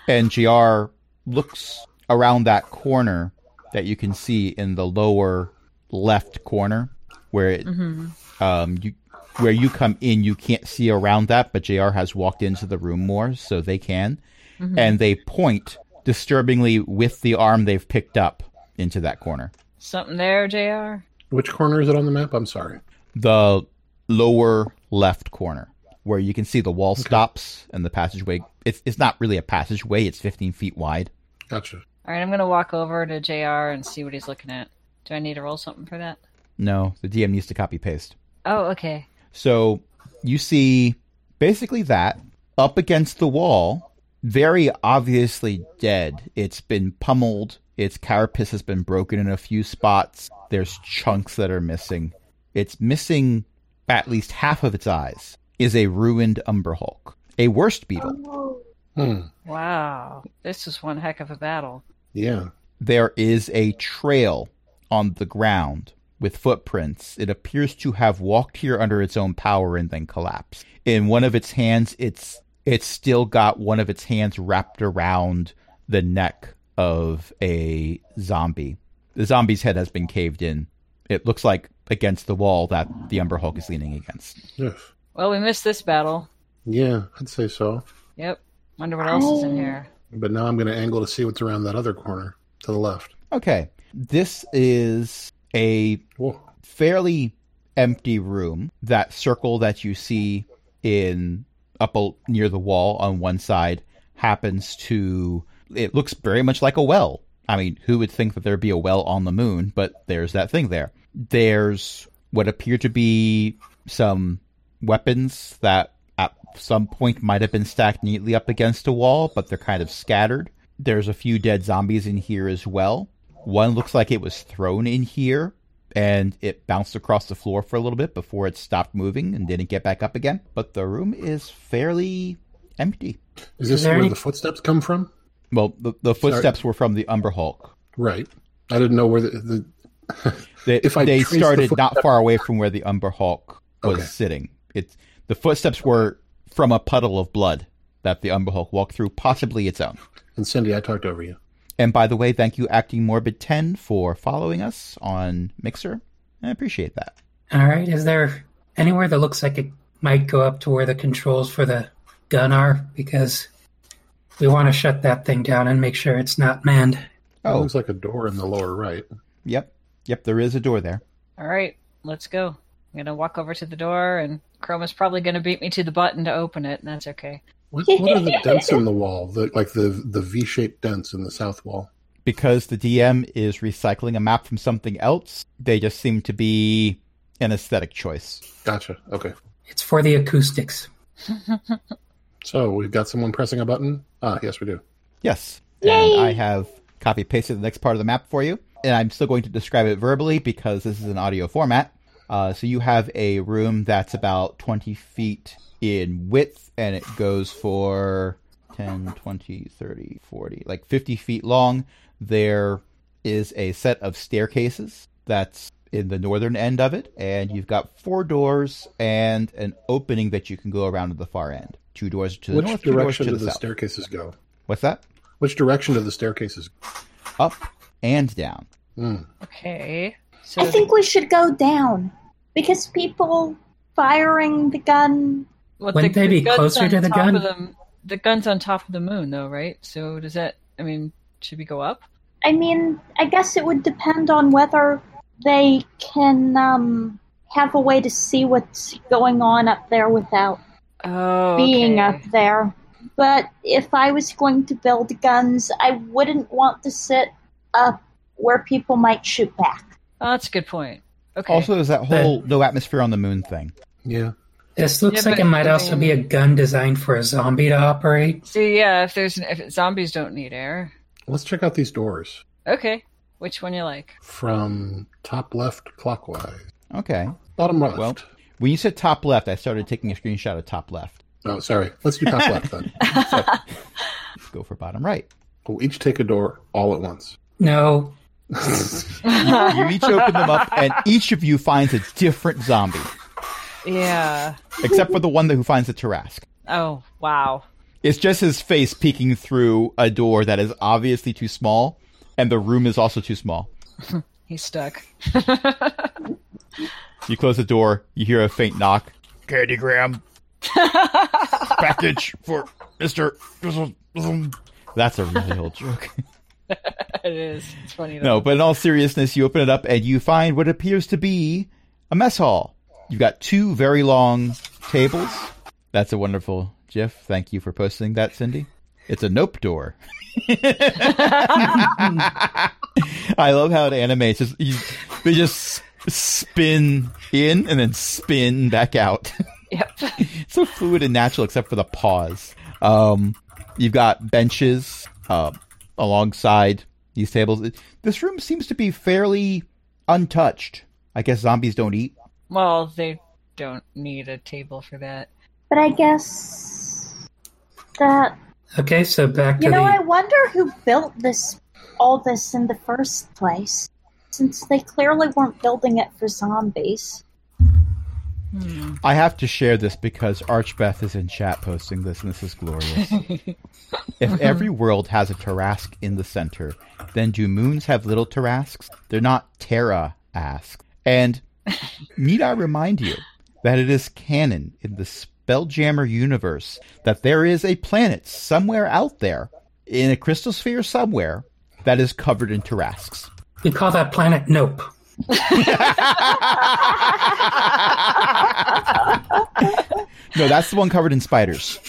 Speaker 1: and GR looks around that corner that you can see in the lower left corner where it,
Speaker 5: hmm
Speaker 1: um you where you come in you can't see around that but JR has walked into the room more so they can
Speaker 5: Mhm.
Speaker 1: and they point disturbingly with the arm they've picked up into that corner
Speaker 5: Something there, Jr.
Speaker 3: Which corner is it on the map? I'm sorry.
Speaker 1: the lower left corner where you can see the wall stops and the passageway it's it's not really a passageway it's 15 feet wide
Speaker 3: Gotcha.
Speaker 5: All right, I'm gonna walk over to Jr. and see what he's looking at. Do I need to roll something for that?
Speaker 1: no the DM needs to copy paste
Speaker 5: Oh, okay.
Speaker 1: So you see basically that up against the wall, very obviously dead. It's been pummeled, its carapace has been broken in a few spots. There's chunks that are missing. It's missing at least half of its eyes, is a ruined Umber Hulk, a worst beetle.
Speaker 3: Hmm.
Speaker 5: Wow, this is one heck of a battle.
Speaker 3: Yeah.
Speaker 1: There is a trail on the ground with footprints. It appears to have walked here under its own power and then collapsed. In one of its hands, it's it's still got one of its hands wrapped around the neck of a zombie. The zombie's head has been caved in. It looks like against the wall that the Umber Hulk is leaning against.
Speaker 3: Yes.
Speaker 5: Well, we missed this battle.
Speaker 3: Yeah, I'd say so.
Speaker 5: Yep. Wonder what else is in here.
Speaker 3: But now I'm going to angle to see what's around that other corner to the left.
Speaker 1: Okay. This is a
Speaker 3: Whoa.
Speaker 1: fairly empty room. That circle that you see in up a, near the wall on one side happens to it looks very much like a well. I mean, who would think that there'd be a well on the moon, but there's that thing there. There's what appear to be some weapons that at some point might have been stacked neatly up against a wall, but they're kind of scattered. There's a few dead zombies in here as well. One looks like it was thrown in here, and it bounced across the floor for a little bit before it stopped moving and didn't get back up again. But the room is fairly empty.
Speaker 3: Is this
Speaker 4: Is there
Speaker 3: where
Speaker 4: any-
Speaker 3: the footsteps come from?
Speaker 1: Well, the, the
Speaker 3: Sorry.
Speaker 1: footsteps were from the Umber Hulk.
Speaker 3: Right. I didn't know where the. the
Speaker 1: They,
Speaker 3: If I
Speaker 1: they
Speaker 3: trace the
Speaker 1: started not
Speaker 3: footstep-
Speaker 1: far away from where the Umber Hulk was
Speaker 3: Okay.
Speaker 1: sitting. It's the footsteps were from a puddle of blood. that the Umberhulk walked through, possibly its own.
Speaker 3: And Cindy, I talked over you.
Speaker 1: And by the way, thank you, Acting Morbid 10, for following us on Mixer. I appreciate that.
Speaker 4: All right. Is there anywhere that looks like it might go up to where the controls for the gun are? Because we want to shut that thing down and make sure it's not manned.
Speaker 3: Oh. It
Speaker 1: Oh,
Speaker 3: looks like a door in the lower right.
Speaker 1: yep. Yep, there is a door there.
Speaker 5: All right, let's go. I'm gonna walk over to the door, and Chroma's probably gonna beat me to the button to open it, and that's okay.
Speaker 3: What, what are the dents in the wall? The, like the the V shaped dents in the south wall.
Speaker 1: Because the DM is recycling a map from something else, they just seem to be an aesthetic choice.
Speaker 3: Gotcha. Okay.
Speaker 4: It's for the acoustics.
Speaker 3: So we've got someone pressing a button. Ah, yes, we do.
Speaker 1: Yes.
Speaker 2: Yay!
Speaker 1: And I have copy pasted the next part of the map for you. And I'm still going to describe it verbally because this is an audio format. Uh, so you have a room that's about 20 feet in width and it goes for 10, 20, 30, 40, like 50 feet long. There is a set of staircases that's in the northern end of it. And you've got four doors and an opening that you can go around to the far end. Two doors to the
Speaker 3: Which
Speaker 1: north, two doors
Speaker 3: direction
Speaker 1: to
Speaker 3: do
Speaker 1: the,
Speaker 3: the
Speaker 1: south.
Speaker 3: staircases go?
Speaker 1: What's that?
Speaker 3: Which direction do the staircases?
Speaker 1: Up and down.
Speaker 3: Mm.
Speaker 5: Okay. So
Speaker 2: I think we should go down because people firing the gun.
Speaker 5: what
Speaker 4: Wouldn't they be
Speaker 5: gun's
Speaker 4: closer
Speaker 5: on
Speaker 4: to the
Speaker 5: top
Speaker 4: gun?
Speaker 5: of them- the gun's on top of the moon, though, right? So does that? I mean, should we go up?
Speaker 2: I mean, I guess it would depend on whether they can um, have a way to see what's going on up there without
Speaker 5: Oh,
Speaker 2: being
Speaker 5: okay.
Speaker 2: up there. But if I was going to build guns, I wouldn't want to sit up where people might shoot back.
Speaker 5: Oh, that's a good point. Okay.
Speaker 1: Also, there's that whole no atmosphere on the moon thing.
Speaker 3: Yeah.
Speaker 4: This looks
Speaker 5: Yeah,
Speaker 4: like
Speaker 5: but
Speaker 4: it might
Speaker 5: the
Speaker 4: also
Speaker 5: thing-
Speaker 4: be a gun designed for a zombie to operate.
Speaker 5: See, yeah, if there's if zombies don't need air.
Speaker 3: Let's check out these doors
Speaker 5: Okay. Which one you like?
Speaker 3: from top left clockwise.
Speaker 1: Okay.
Speaker 3: Bottom left.
Speaker 1: Well- When you said top left, I started taking a screenshot of top left.
Speaker 3: oh, sorry. Let's do top left then.
Speaker 1: Let's go for bottom right.
Speaker 3: We'll each take a door all at once.
Speaker 4: No,
Speaker 1: You each open them up, and each of you finds a different zombie,
Speaker 5: yeah.
Speaker 1: except for the one that who finds the Tarask.
Speaker 5: Oh, wow.
Speaker 1: It's just his face peeking through a door that is obviously too small, and the room is also too small.
Speaker 5: He's stuck.
Speaker 1: You close the door, you hear a faint knock. Candy Graham. Package for Mr. That's a really old joke.
Speaker 5: it is. It's funny though.
Speaker 1: No, but in all seriousness, you open it up and you find what appears to be a mess hall. You've got two very long tables. That's a wonderful GIF. Thank you for posting that, Cindy. It's a nope door. I love how it animates. Just- you- they just spin in and then spin back out.
Speaker 5: Yep.
Speaker 1: so fluid and natural, except for the pause. Um, you've got benches uh, alongside these tables. It- This room seems to be fairly untouched. I guess zombies don't eat.
Speaker 5: Well, they don't need a table for that.
Speaker 2: But I guess that
Speaker 4: Okay, so back to
Speaker 2: you know,
Speaker 4: the
Speaker 2: I wonder who built this all this in the first place. Since they clearly weren't building it for zombies.
Speaker 1: I have to share this because Archbeth is in chat posting this, and this is glorious. if every world has a Tarask in the center, then do moons have little Tarasks? They're not Terra asked. And need I remind you that it is canon in the Spelljammer universe that there is a planet somewhere out there in a crystal sphere somewhere that is covered in Tarasks.
Speaker 4: we call that planet Nope.
Speaker 1: No, that's the one covered in spiders.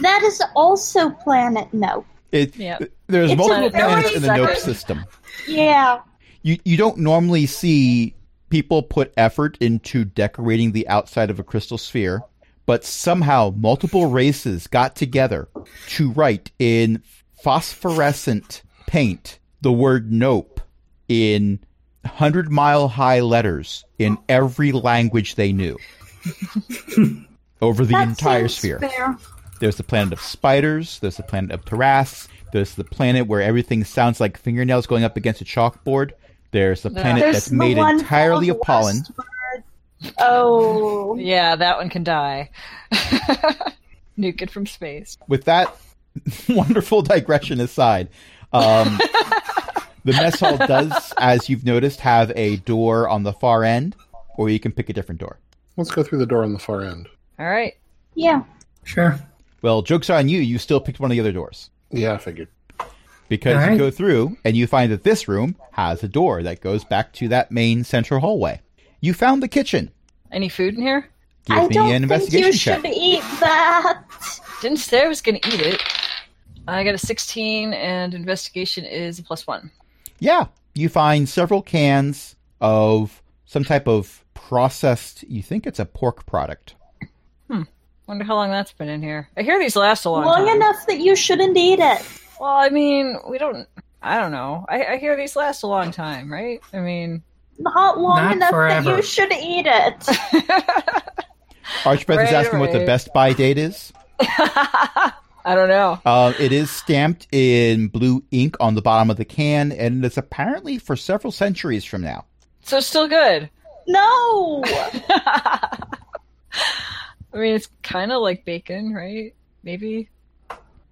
Speaker 2: That is also planet no.
Speaker 1: It,
Speaker 5: Yep.
Speaker 1: There's
Speaker 2: It's
Speaker 1: multiple
Speaker 2: a very
Speaker 1: planets in the Nope
Speaker 5: second-
Speaker 1: system.
Speaker 2: Yeah.
Speaker 1: You you don't normally see people put effort into decorating the outside of a crystal sphere, but somehow multiple races got together to write in phosphorescent paint the word Nope in hundred mile high letters in every language they knew. Over the
Speaker 2: that
Speaker 1: entire
Speaker 2: seems
Speaker 1: sphere.
Speaker 2: fair.
Speaker 1: There's the planet of spiders. There's the planet of terrasses. There's the planet where everything sounds like fingernails going up against a chalkboard. There's the planet
Speaker 2: There's
Speaker 1: that's
Speaker 2: the
Speaker 1: made
Speaker 2: one
Speaker 1: entirely of
Speaker 2: full
Speaker 1: pollen.
Speaker 2: westward- Oh,
Speaker 5: Yeah, that one can die. Nuke it from space.
Speaker 1: with that wonderful digression aside, um, the mess hall does, as you've noticed, have a door on the far end, or you can pick a different door.
Speaker 3: Let's go through the door on the far end.
Speaker 5: All right.
Speaker 2: Yeah.
Speaker 4: Sure.
Speaker 1: Well, joke's on you. You still picked one of the other doors
Speaker 3: Yeah, I figured.
Speaker 1: because
Speaker 4: All
Speaker 1: you
Speaker 4: right.
Speaker 1: go through and you find that this room has a door that goes back to that main central hallway. You found the kitchen.
Speaker 5: Any food in here?
Speaker 1: Give
Speaker 2: I
Speaker 1: me
Speaker 2: don't
Speaker 1: an
Speaker 2: think
Speaker 1: investigation
Speaker 2: you
Speaker 1: check.
Speaker 2: should eat that.
Speaker 5: Didn't say I was going to eat it. I got a 16, and investigation is a plus one.
Speaker 1: Yeah, you find several cans of some type of processed. You think it's a pork product.
Speaker 5: Wonder how long that's been in here. I hear these last a long,
Speaker 2: Long
Speaker 5: time.
Speaker 2: enough that you shouldn't eat it.
Speaker 5: Well, I mean, we don't. I don't know. I, I hear these last a long time, right? I mean,
Speaker 2: Not long
Speaker 4: Not
Speaker 2: enough that
Speaker 4: forever.
Speaker 2: you should eat it.
Speaker 1: Archbeth is
Speaker 5: Right,
Speaker 1: asking what the
Speaker 5: right.
Speaker 1: best buy date is.
Speaker 5: I don't know.
Speaker 1: Uh, it is stamped in blue ink on the bottom of the can, and it's apparently for several centuries from now.
Speaker 5: So it's still good.
Speaker 2: No!
Speaker 5: I mean, it's kind of like bacon, right? Maybe.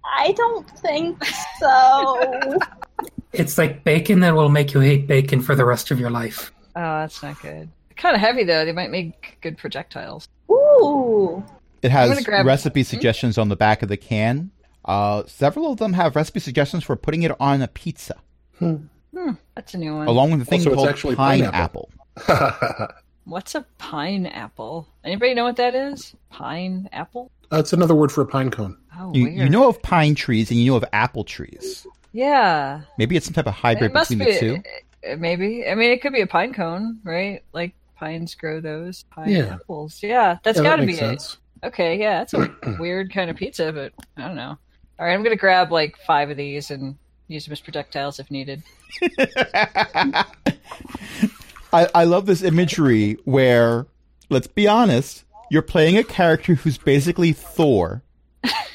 Speaker 2: I don't think so.
Speaker 4: It's like bacon that will make you hate bacon for the rest of your life.
Speaker 5: Oh, that's not good. Kind of heavy though. They might make good projectiles.
Speaker 2: Ooh.
Speaker 1: It
Speaker 5: I'm
Speaker 1: has
Speaker 5: gonna grab- Hmm?
Speaker 1: recipe suggestions on the back of the can. Uh, several of them have recipe suggestions for putting it on a pizza,
Speaker 5: Hmm, that's a new one.
Speaker 1: along with a thing
Speaker 3: Also, it's
Speaker 1: called
Speaker 3: actually
Speaker 1: pineapple.
Speaker 3: pineapple.
Speaker 5: What's a pineapple? Anybody know what that is? Pineapple?
Speaker 3: That's another word for a pine cone.
Speaker 5: Oh,
Speaker 1: You,
Speaker 5: weird.
Speaker 1: you know of pine trees and you know of apple trees.
Speaker 5: Yeah.
Speaker 1: Maybe it's some type of hybrid
Speaker 5: it must
Speaker 1: between
Speaker 5: be.
Speaker 1: the two.
Speaker 5: uh, Maybe. I mean, it could be a pine cone, right? Like pines grow those pineapples. Yeah, that's
Speaker 3: Yeah,
Speaker 5: got
Speaker 3: that
Speaker 5: to be
Speaker 3: makes
Speaker 5: it.
Speaker 3: sense.
Speaker 5: Okay, yeah, that's a weird kind of pizza, but I don't know. All right, I'm gonna grab like five of these and use them as projectiles if needed.
Speaker 1: I, I love this imagery where, let's be honest, you're playing a character who's basically Thor.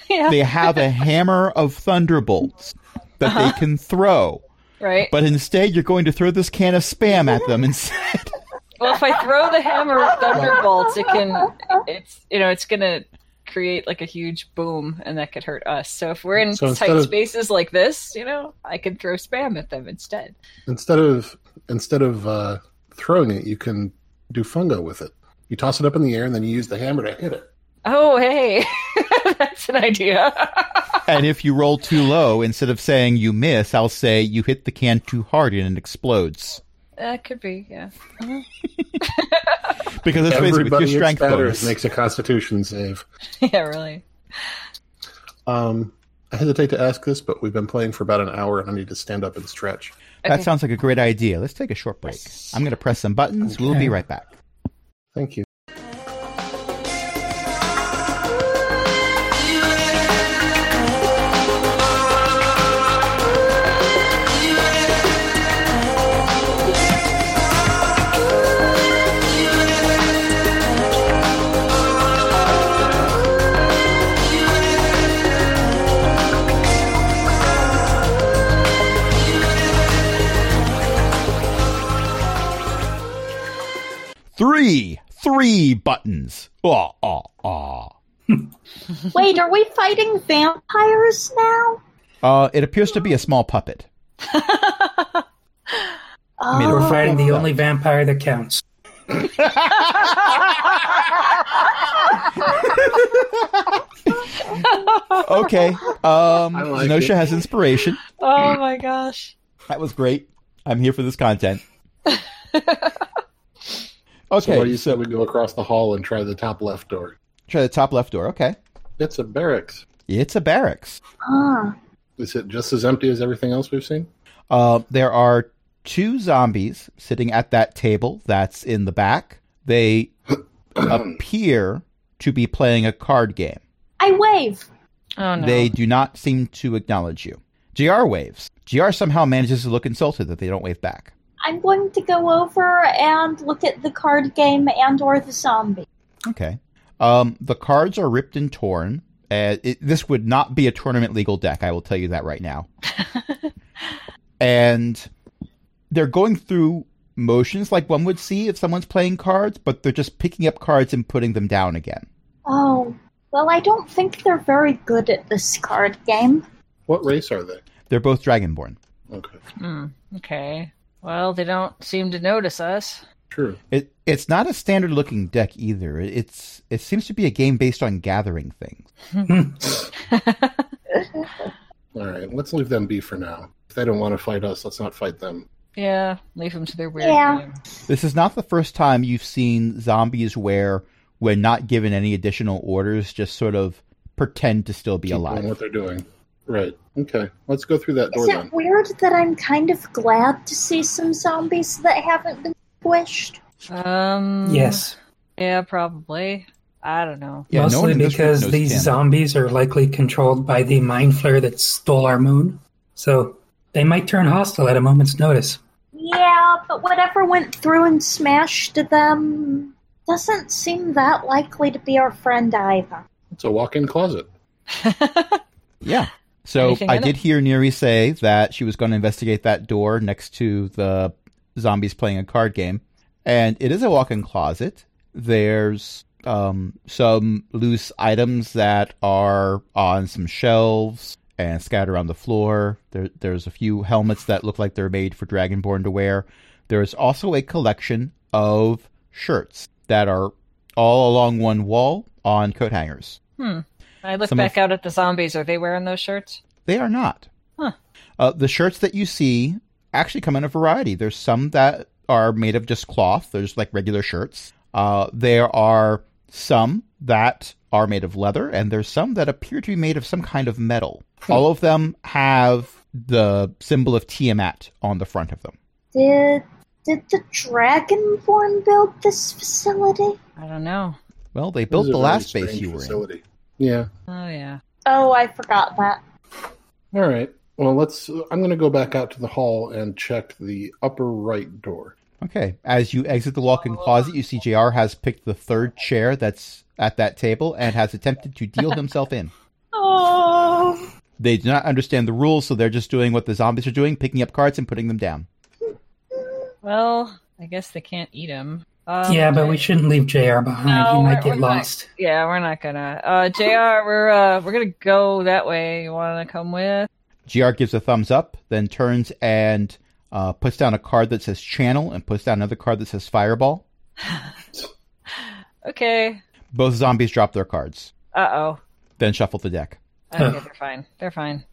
Speaker 5: yeah.
Speaker 1: They have a hammer of thunderbolts that
Speaker 5: Uh-huh.
Speaker 1: they can throw,
Speaker 5: right.
Speaker 1: but instead you're going to throw this can of spam at them instead.
Speaker 5: well, if I throw the hammer of thunderbolts, it can. It's you know, it's gonna create like a huge boom, and that could hurt us. So if we're in
Speaker 3: So instead
Speaker 5: tight
Speaker 3: of-
Speaker 5: spaces like this, you know, I can throw spam at them instead.
Speaker 3: Instead of instead of uh, throwing it, you can do fungo with it. You toss it up in the air and then you use the hammer to hit it.
Speaker 5: Oh, hey, that's an idea.
Speaker 1: and if you roll too low, instead of saying you miss, I'll say you hit the can too hard and it explodes.
Speaker 5: that could be, yeah.
Speaker 1: Because let's face it, with your
Speaker 3: Everybody
Speaker 1: strength bonus,
Speaker 3: spatters makes a Constitution save.
Speaker 5: Yeah, really.
Speaker 3: Um, I hesitate to ask this, but we've been playing for about an hour, and I need to stand up and stretch.
Speaker 1: that
Speaker 5: Okay.
Speaker 1: sounds like a great idea. Let's take a short break. I'm going to press some buttons. We'll be right back.
Speaker 3: Thank you.
Speaker 1: Three, three buttons. Ah, ah, ah.
Speaker 2: Wait, are we fighting vampires now?
Speaker 1: Uh, it appears to be a small puppet.
Speaker 2: Oh,
Speaker 1: mean,
Speaker 4: We're fighting the only vampire that counts.
Speaker 1: Okay. Um,
Speaker 3: I like
Speaker 1: Zenosha
Speaker 3: it.
Speaker 1: has inspiration.
Speaker 5: Oh my gosh.
Speaker 1: That was great. I'm here for this content.
Speaker 3: So what
Speaker 1: Okay,
Speaker 3: you said we go across the hall and try the top left door.
Speaker 1: try the top left door. Okay,
Speaker 3: It's a barracks.
Speaker 1: it's a barracks.
Speaker 2: huh.
Speaker 3: Is it just as empty as everything else we've seen?
Speaker 1: Uh, there are two zombies sitting at that table that's in the back. They appear to be playing a card game.
Speaker 2: I wave.
Speaker 5: Oh no.
Speaker 1: They do not seem to acknowledge you. GR waves. GR somehow manages to look insulted that they don't wave back.
Speaker 2: I'm going to go over and look at the card game and or the zombie.
Speaker 1: Okay. Um, the cards are ripped and torn. Uh, it, this would not be a tournament legal deck. I will tell you that right now. and they're going through motions like one would see if someone's playing cards, but they're just picking up cards and putting them down again.
Speaker 2: Oh, Well, I don't think they're very good at this card game.
Speaker 3: What race are they?
Speaker 1: They're both dragonborn.
Speaker 3: Okay,
Speaker 5: Hmm. Okay. Well, they don't seem to notice us.
Speaker 3: true.
Speaker 1: It it's not a standard looking deck either. It's it seems to be a game based on gathering things.
Speaker 3: All right, let's leave them be for now. If they don't want to fight us, let's not fight them.
Speaker 5: Yeah, leave them to their weird
Speaker 2: Yeah.
Speaker 5: game.
Speaker 1: This is not the first time you've seen zombies where when not given any additional orders just sort of pretend to still be
Speaker 3: Keep doing
Speaker 1: alive.
Speaker 3: what they're doing. Right. Okay. Let's go through that door
Speaker 2: Is
Speaker 3: then.
Speaker 2: it weird that I'm kind of glad to see some zombies that haven't been squished?
Speaker 5: Um.
Speaker 4: Yes.
Speaker 5: Yeah, probably. I don't know.
Speaker 1: Yeah, no one
Speaker 4: Mostly
Speaker 1: in this
Speaker 4: because
Speaker 1: group knows
Speaker 4: these
Speaker 1: Tim.
Speaker 4: zombies are likely controlled by the mind flare that stole our moon. So they might turn hostile at a moment's notice.
Speaker 2: Yeah, but whatever went through and smashed them doesn't seem that likely to be our friend either.
Speaker 3: It's a walk-in closet.
Speaker 1: Yeah. So
Speaker 5: Anything
Speaker 1: I
Speaker 5: in it?
Speaker 1: did hear Neri say that she was going to investigate that door next to the zombies playing a card game, and it is a walk-in closet. There's um, some loose items that are on some shelves and scattered around the floor. There, there's a few helmets that look like they're made for Dragonborn to wear. There is also a collection of shirts that are all along one wall on coat hangers.
Speaker 5: I look
Speaker 1: Some
Speaker 5: back
Speaker 1: of-
Speaker 5: out at the zombies. Are they wearing those shirts?
Speaker 1: They are not.
Speaker 5: Huh.
Speaker 1: Uh, the shirts that you see actually come in a variety. There's some that are made of just cloth. There's like regular shirts. Uh, there are some that are made of leather, and there's some that appear to be made of some kind of metal. All of them have the symbol of Tiamat on the front of them.
Speaker 2: Did did the Dragonborn build this facility?
Speaker 5: I don't know.
Speaker 1: Well, they
Speaker 3: This is
Speaker 1: built
Speaker 3: a
Speaker 1: the
Speaker 3: very
Speaker 1: last base
Speaker 3: strange
Speaker 1: you were
Speaker 3: facility. Yeah.
Speaker 5: Oh yeah.
Speaker 2: Oh, I forgot that.
Speaker 3: All right. Well, let's. I'm going to go back out to the hall and check the upper right door.
Speaker 1: in. Okay. As you exit the walk-in closet, you see JR has picked the third chair that's at that table and has attempted to deal himself in.
Speaker 2: Oh,
Speaker 1: They do not understand the rules, so they're just doing what the zombies are doing, picking up cards and putting them down.
Speaker 5: Well, I guess they can't eat them. Um,
Speaker 4: yeah, but we shouldn't leave JR behind.
Speaker 5: No,
Speaker 4: he
Speaker 5: we're-
Speaker 4: might
Speaker 5: we're
Speaker 4: get
Speaker 5: not.
Speaker 4: lost.
Speaker 5: Yeah, we're not gonna. Uh, Jr. We're uh, we're gonna go that way. You wanna come with?
Speaker 1: GR gives a thumbs up, then turns and uh, puts down a card that says channel and puts down another card that says fireball.
Speaker 5: Okay.
Speaker 1: Both zombies drop their cards,
Speaker 5: Uh oh.
Speaker 1: then shuffle the deck.
Speaker 4: Oh.
Speaker 5: Okay, they're fine. They're fine.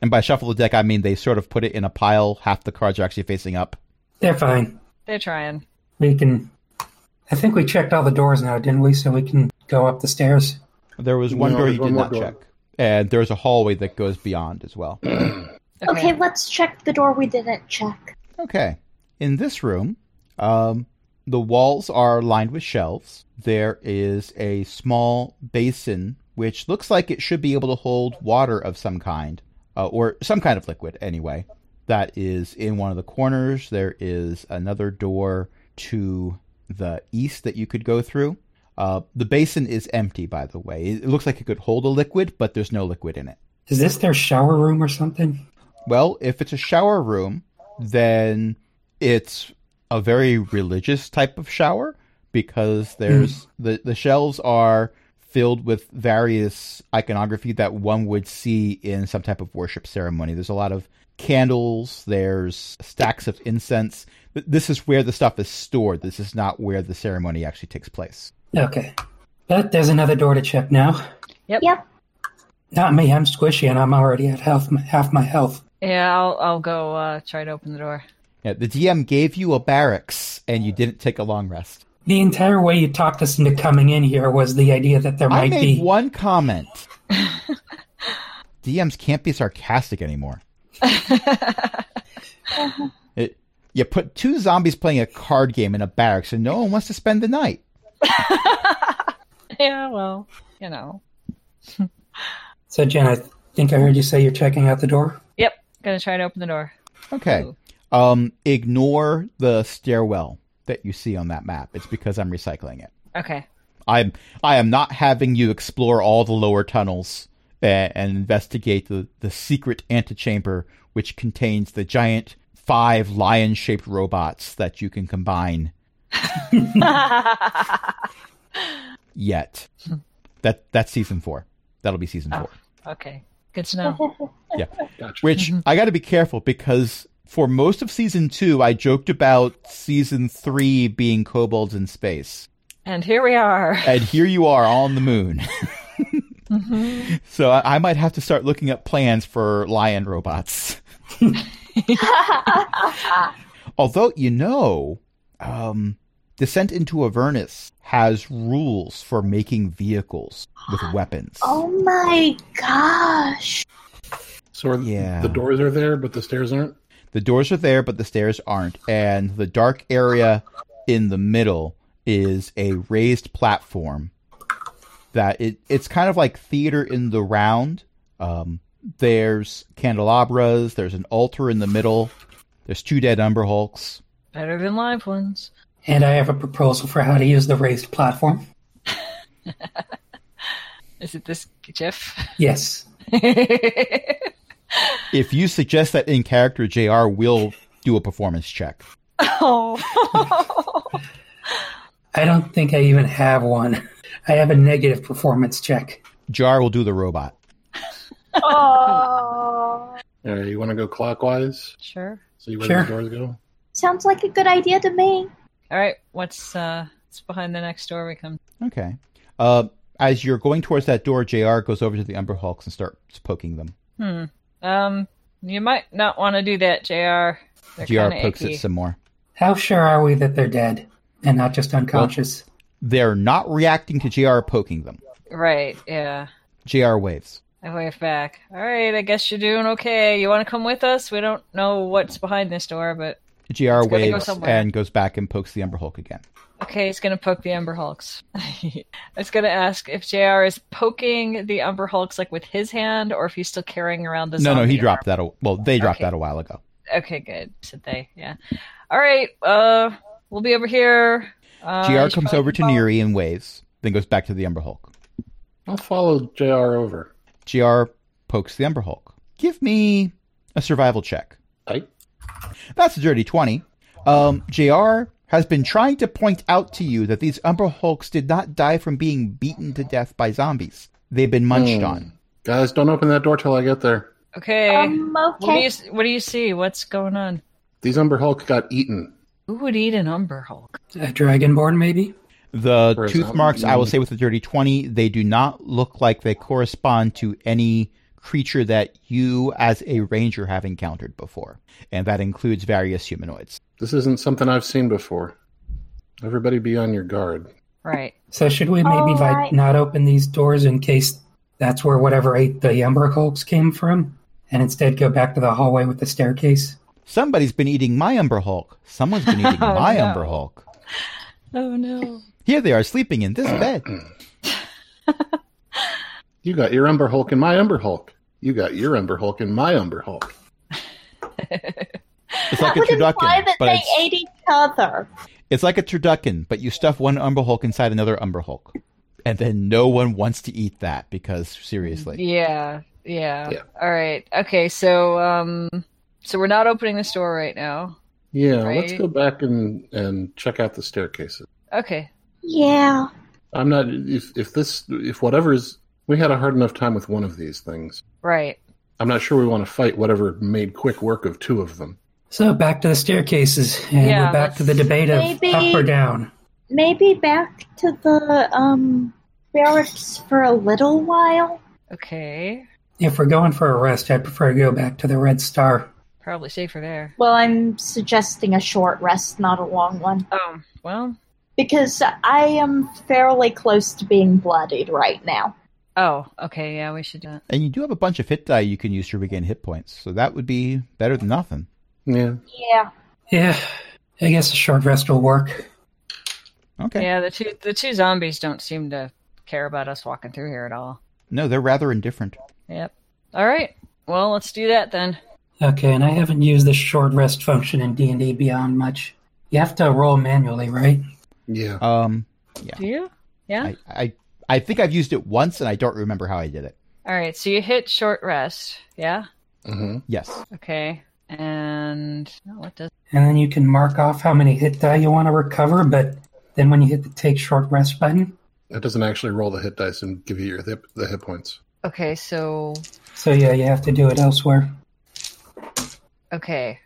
Speaker 1: And by shuffle the deck, I mean they sort of put it in a pile. Half the cards are actually facing up.
Speaker 4: They're fine.
Speaker 5: They're trying.
Speaker 4: We can. I think we checked all the doors now, didn't we? So we can go up the stairs.
Speaker 1: There was one
Speaker 3: No,
Speaker 1: door
Speaker 3: there's
Speaker 1: you
Speaker 3: one
Speaker 1: did
Speaker 3: more
Speaker 1: not
Speaker 3: door.
Speaker 1: check, and there's a hallway that goes beyond as well.
Speaker 2: okay. let's check the door we didn't check.
Speaker 1: Okay. In this room, um, the walls are lined with shelves. There is a small basin, which looks like it should be able to hold water of some kind, uh, or some kind of liquid anyway. That is in one of the corners. There is another door to the east that you could go through. Uh, the basin is empty, by the way. It looks like it could hold a liquid, but there's no liquid in it.
Speaker 4: Is this their shower room or something?
Speaker 1: Well, if it's a shower room, then it's a very religious type of shower because there's the, the shelves are filled with various iconography that one would see in some type of worship ceremony. There's a lot of candles, there's stacks of incense. Th- This is where the stuff is stored. This is not where the ceremony actually takes place.
Speaker 4: Okay. But there's another door to check now.
Speaker 2: Yep.
Speaker 4: Not me. I'm squishy, and I'm already at half my, half my health.
Speaker 5: Yeah, I'll I'll go uh, try to open the door.
Speaker 1: Yeah, the DM gave you a barracks and you didn't take a long rest.
Speaker 4: The entire way you talked us into coming in here was the idea that there
Speaker 1: I
Speaker 4: might
Speaker 1: made
Speaker 4: be.
Speaker 1: one comment. DMs can't be sarcastic anymore. It, you put two zombies playing a card game in a barracks, and no one wants to spend the night.
Speaker 5: Yeah, well, you know.
Speaker 4: So, Jen, I think I heard you say you're checking out the door.
Speaker 5: Yep, gonna try to open the door.
Speaker 1: Okay. Um, ignore the stairwell that you see on that map. It's because I'm recycling it.
Speaker 5: Okay.
Speaker 1: I'm I am not having you explore all the lower tunnels eh, and, and investigate the, the secret antechamber which contains the giant five lion shaped robots that you can combine yet. That that's season four. That'll be season four.
Speaker 5: Okay. Good to know.
Speaker 3: Gotcha.
Speaker 1: Which I got to be careful because for most of season two, I joked about season three being kobolds in space,
Speaker 5: And here we are.
Speaker 1: and here you are on the moon.
Speaker 5: Mhm.
Speaker 1: So I, I might have to start looking up plans for lion robots. Although you know, um, Descent into Avernus has rules for making vehicles with weapons.
Speaker 2: oh my gosh.
Speaker 3: So are
Speaker 1: Yeah.
Speaker 3: the doors are there, but the stairs aren't.
Speaker 1: The doors are there, but the stairs aren't, and the dark area in the middle is a raised platform that it, it's kind of like theater in the round. Um, there's candelabras. There's an altar in the middle. There's two dead Umber Hulks.
Speaker 5: Better than live ones.
Speaker 4: And I have a proposal for how to use the raised platform.
Speaker 5: Is it this GIF?
Speaker 4: Yes.
Speaker 1: If you suggest that in character, JR will do a performance check.
Speaker 5: oh.
Speaker 4: I don't think I even have one. I have a negative performance check.
Speaker 1: JR will do the robot.
Speaker 2: Oh.
Speaker 3: Uh, you want to go clockwise?
Speaker 5: sure.
Speaker 3: So you where
Speaker 4: Sure.
Speaker 3: the doors go?
Speaker 2: Sounds like a good idea to me.
Speaker 5: All right. What's uh? What's behind the next door we come?
Speaker 1: Okay. Uh, as you're going towards that door, JR goes over to the Umber Hulks and starts poking them.
Speaker 5: Hmm. Um. You might not want to do that, Jr. They're
Speaker 1: JR
Speaker 5: kinda
Speaker 1: pokes
Speaker 5: icky.
Speaker 1: it some more.
Speaker 4: How sure are we that they're dead and not just unconscious?
Speaker 1: They're not reacting to JR poking them.
Speaker 5: Right. Yeah.
Speaker 1: JR waves.
Speaker 5: I wave back. All right. I guess you're doing okay. You want to come with us? We don't know what's behind this door, but
Speaker 1: JR
Speaker 5: gotta go
Speaker 1: waves
Speaker 5: somewhere.
Speaker 1: and goes back and pokes the Umber Hulk again.
Speaker 5: Okay, it's gonna poke the Umber Hulks. I was gonna ask if JR is poking the Umber Hulks like with his hand or if he's still carrying around the
Speaker 1: no, no,
Speaker 5: zombie
Speaker 1: he dropped that. A, well, they dropped
Speaker 5: Okay.
Speaker 1: that a while ago.
Speaker 5: arm. Okay, good. Said they, yeah. Alright, uh we'll be over here. Uh, you
Speaker 1: JR
Speaker 5: should
Speaker 1: comes
Speaker 5: probably
Speaker 1: over to
Speaker 5: follow-
Speaker 1: Neri and waves, then goes back to the Umber Hulk.
Speaker 3: I'll follow Jr. over.
Speaker 1: JR pokes the Umber Hulk. Give me a survival check.
Speaker 3: I
Speaker 1: That's a dirty 20. Um, JR has been trying to point out to you that these Umber Hulks did not die from being beaten to death by zombies. They've been munched
Speaker 3: Hmm.
Speaker 1: on.
Speaker 3: guys, don't open that door till I get there.
Speaker 5: Okay.
Speaker 2: Um,
Speaker 5: What do you
Speaker 2: okay.
Speaker 5: s- what do you see? What's going on?
Speaker 3: These Umber Hulk got eaten.
Speaker 5: Who would eat an Umber Hulk?
Speaker 4: A dragonborn, maybe?
Speaker 1: The
Speaker 3: Or is
Speaker 1: tooth
Speaker 3: that-
Speaker 1: marks, I will say with the dirty 20, they do not look like they correspond to any creature that you as a ranger have encountered before. And that includes various humanoids.
Speaker 3: This isn't something I've seen before. Everybody, be on your guard.
Speaker 5: Right.
Speaker 4: So should we maybe
Speaker 2: All
Speaker 4: like
Speaker 2: right.
Speaker 4: not open these doors in case that's where whatever ate the Umber Hulks came from, and instead go back to the hallway with the staircase?
Speaker 1: Somebody's been eating my Umber Hulk. Someone's been eating
Speaker 5: Oh,
Speaker 1: my
Speaker 5: no.
Speaker 1: Umber Hulk.
Speaker 5: Oh no.
Speaker 1: Here they are sleeping in this bed.
Speaker 3: You got your Umber Hulk and my Umber Hulk. You got your Umber Hulk and my Umber Hulk.
Speaker 1: It's
Speaker 2: That
Speaker 1: like a
Speaker 2: would imply
Speaker 1: turducken,
Speaker 2: that
Speaker 1: but
Speaker 2: they
Speaker 1: it's
Speaker 2: ate each other.
Speaker 1: It's like a turducken, but you stuff one Umber Hulk inside another Umber Hulk. And then no one wants to eat that because
Speaker 5: Mm-hmm.
Speaker 1: seriously.
Speaker 5: Yeah, yeah.
Speaker 3: Yeah.
Speaker 5: All right. Okay, so um so we're not opening this door right now.
Speaker 3: Yeah, let's
Speaker 5: Right.
Speaker 3: go back and and check out the staircases.
Speaker 5: Okay.
Speaker 2: Yeah.
Speaker 3: I'm not if if this if whatever's we had a hard enough time with one of these things.
Speaker 5: Right.
Speaker 3: I'm not sure we want to fight whatever made quick work of two of them.
Speaker 4: So back to the staircases, and
Speaker 5: Yeah,
Speaker 4: we're back to the
Speaker 5: let's-
Speaker 4: debate of
Speaker 2: Maybe-
Speaker 4: up or down.
Speaker 2: Maybe back to the um barracks for a little while.
Speaker 5: Okay.
Speaker 4: If we're going for a rest, I'd prefer to go back to the Red Star.
Speaker 5: Probably safer there.
Speaker 2: Well, I'm suggesting a short rest, not a long one,
Speaker 5: Oh, well.
Speaker 2: because I am fairly close to being bloodied right now.
Speaker 5: Oh, okay. Yeah, we should uh, do that.
Speaker 1: And you do have a bunch of hit die you can use to regain hit points. So that would be better than nothing.
Speaker 3: Yeah.
Speaker 2: Yeah.
Speaker 4: Yeah, I guess a short rest will work.
Speaker 1: Okay.
Speaker 5: Yeah, the two the two zombies don't seem to care about us walking through here at all.
Speaker 1: No, they're rather indifferent.
Speaker 5: Yep. All right. Well, let's do that then.
Speaker 4: Okay, and I haven't used this short rest function in D and D Beyond much. You have to roll manually, right?
Speaker 3: Yeah.
Speaker 1: Um
Speaker 5: Do you? Yeah.
Speaker 1: I, I I think I've used it once and I don't remember how I did it.
Speaker 5: All right. So you hit short rest. Yeah.
Speaker 3: hmm
Speaker 1: Yes.
Speaker 5: Okay. And no, what does?
Speaker 4: And then you can mark off how many hit die you want to recover. But then when you hit the take short rest button,
Speaker 3: That doesn't actually roll the hit dice and give you your hip, the hit points.
Speaker 6: Okay, so
Speaker 4: So yeah, you have to do it elsewhere.
Speaker 6: okay.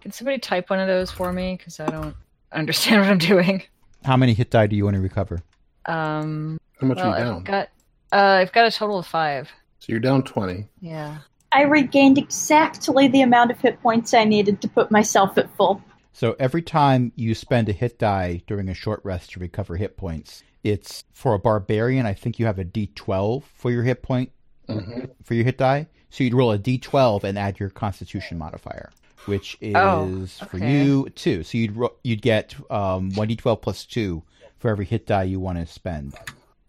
Speaker 5: Can somebody type one of those for me? Because I don't understand what I'm doing.
Speaker 1: How many hit die do you want to recover?
Speaker 5: Um,
Speaker 3: How much
Speaker 5: well,
Speaker 3: are you down?
Speaker 5: I've got uh, I've got a total of five.
Speaker 3: so you're down 20.
Speaker 6: Yeah.
Speaker 2: I regained exactly the amount of hit points I needed to put myself at full.
Speaker 1: So every time you spend a hit die during a short rest to recover hit points, it's for a barbarian. I think you have a d12 for your hit point
Speaker 3: Mhm.
Speaker 1: for your hit die. So you'd roll a d12 and add your Constitution modifier, which is
Speaker 5: Oh,
Speaker 1: for
Speaker 5: okay.
Speaker 1: you two. So you'd ro- you'd get um, one d12 plus two for every hit die you want to spend.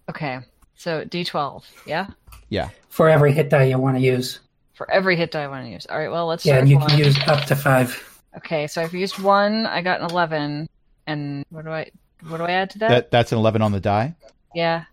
Speaker 5: Okay, so D12. Yeah,
Speaker 1: Yeah,
Speaker 4: For every hit die you want to use.
Speaker 5: for every hit die I want to use. All right. Well, let's
Speaker 4: Yeah,
Speaker 5: start
Speaker 4: and you
Speaker 5: with
Speaker 4: can
Speaker 5: one.
Speaker 4: use up to five.
Speaker 5: Okay, so I've used one. I got an eleven. And what do I what do I add to that?
Speaker 1: that that's an 11 on the die.
Speaker 5: yeah.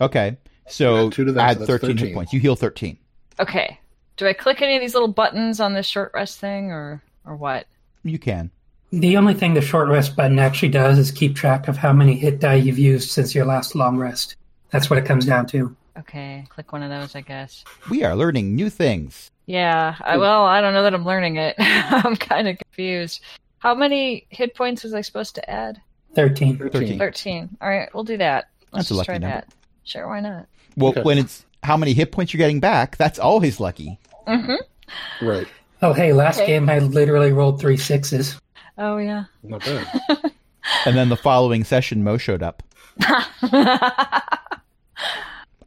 Speaker 1: Okay, so
Speaker 3: Add two to that,
Speaker 1: add
Speaker 3: so that's
Speaker 1: 13, hit
Speaker 3: 13.
Speaker 1: points. You heal 13.
Speaker 5: Okay. Do I click any of these little buttons on this short rest thing, or or what?
Speaker 1: You can.
Speaker 4: The only thing the short rest button actually does is keep track of how many hit die you've used since your last long rest. That's what it comes down to.
Speaker 5: Okay, click one of those, I guess.
Speaker 1: We are learning new things.
Speaker 5: Yeah. I,
Speaker 1: Hmm.
Speaker 5: well, I don't know that I'm learning it. I'm kind of confused. How many hit points was I supposed to add?
Speaker 4: Thirteen.
Speaker 1: 13.
Speaker 5: Thirteen. All right, we'll do that. Let's
Speaker 1: That's a
Speaker 5: just
Speaker 1: lucky
Speaker 5: try
Speaker 1: number.
Speaker 5: that. Sure, why not?
Speaker 1: Well,
Speaker 3: Okay.
Speaker 1: when it's how many hit points you're getting back, that's always lucky.
Speaker 5: Mm-hmm.
Speaker 3: Right.
Speaker 4: Oh hey, last
Speaker 5: Okay.
Speaker 4: game I literally rolled three sixes.
Speaker 5: Oh yeah.
Speaker 3: Not bad.
Speaker 1: And then the following session, Mo showed up.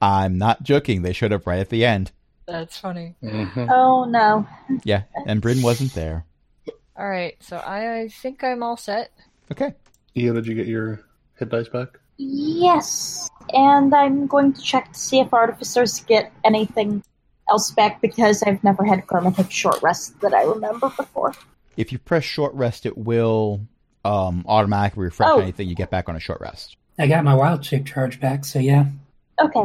Speaker 1: I'm not joking. They showed up right at the end.
Speaker 5: That's funny.
Speaker 3: Mhm.
Speaker 2: Oh no.
Speaker 1: Yeah, and Bryn wasn't there.
Speaker 5: All right, so I, I think I'm all set.
Speaker 1: Okay.
Speaker 3: Io, did you get your hit dice back?
Speaker 2: Yes, and I'm going to check to see if artificers get anything else back because I've never had Kermit have short rest that I remember before.
Speaker 1: If you press short rest, it will um, automatically refresh
Speaker 2: Oh.
Speaker 1: anything you get back on a short rest.
Speaker 4: I got my wild shape charge back, so yeah.
Speaker 2: Okay.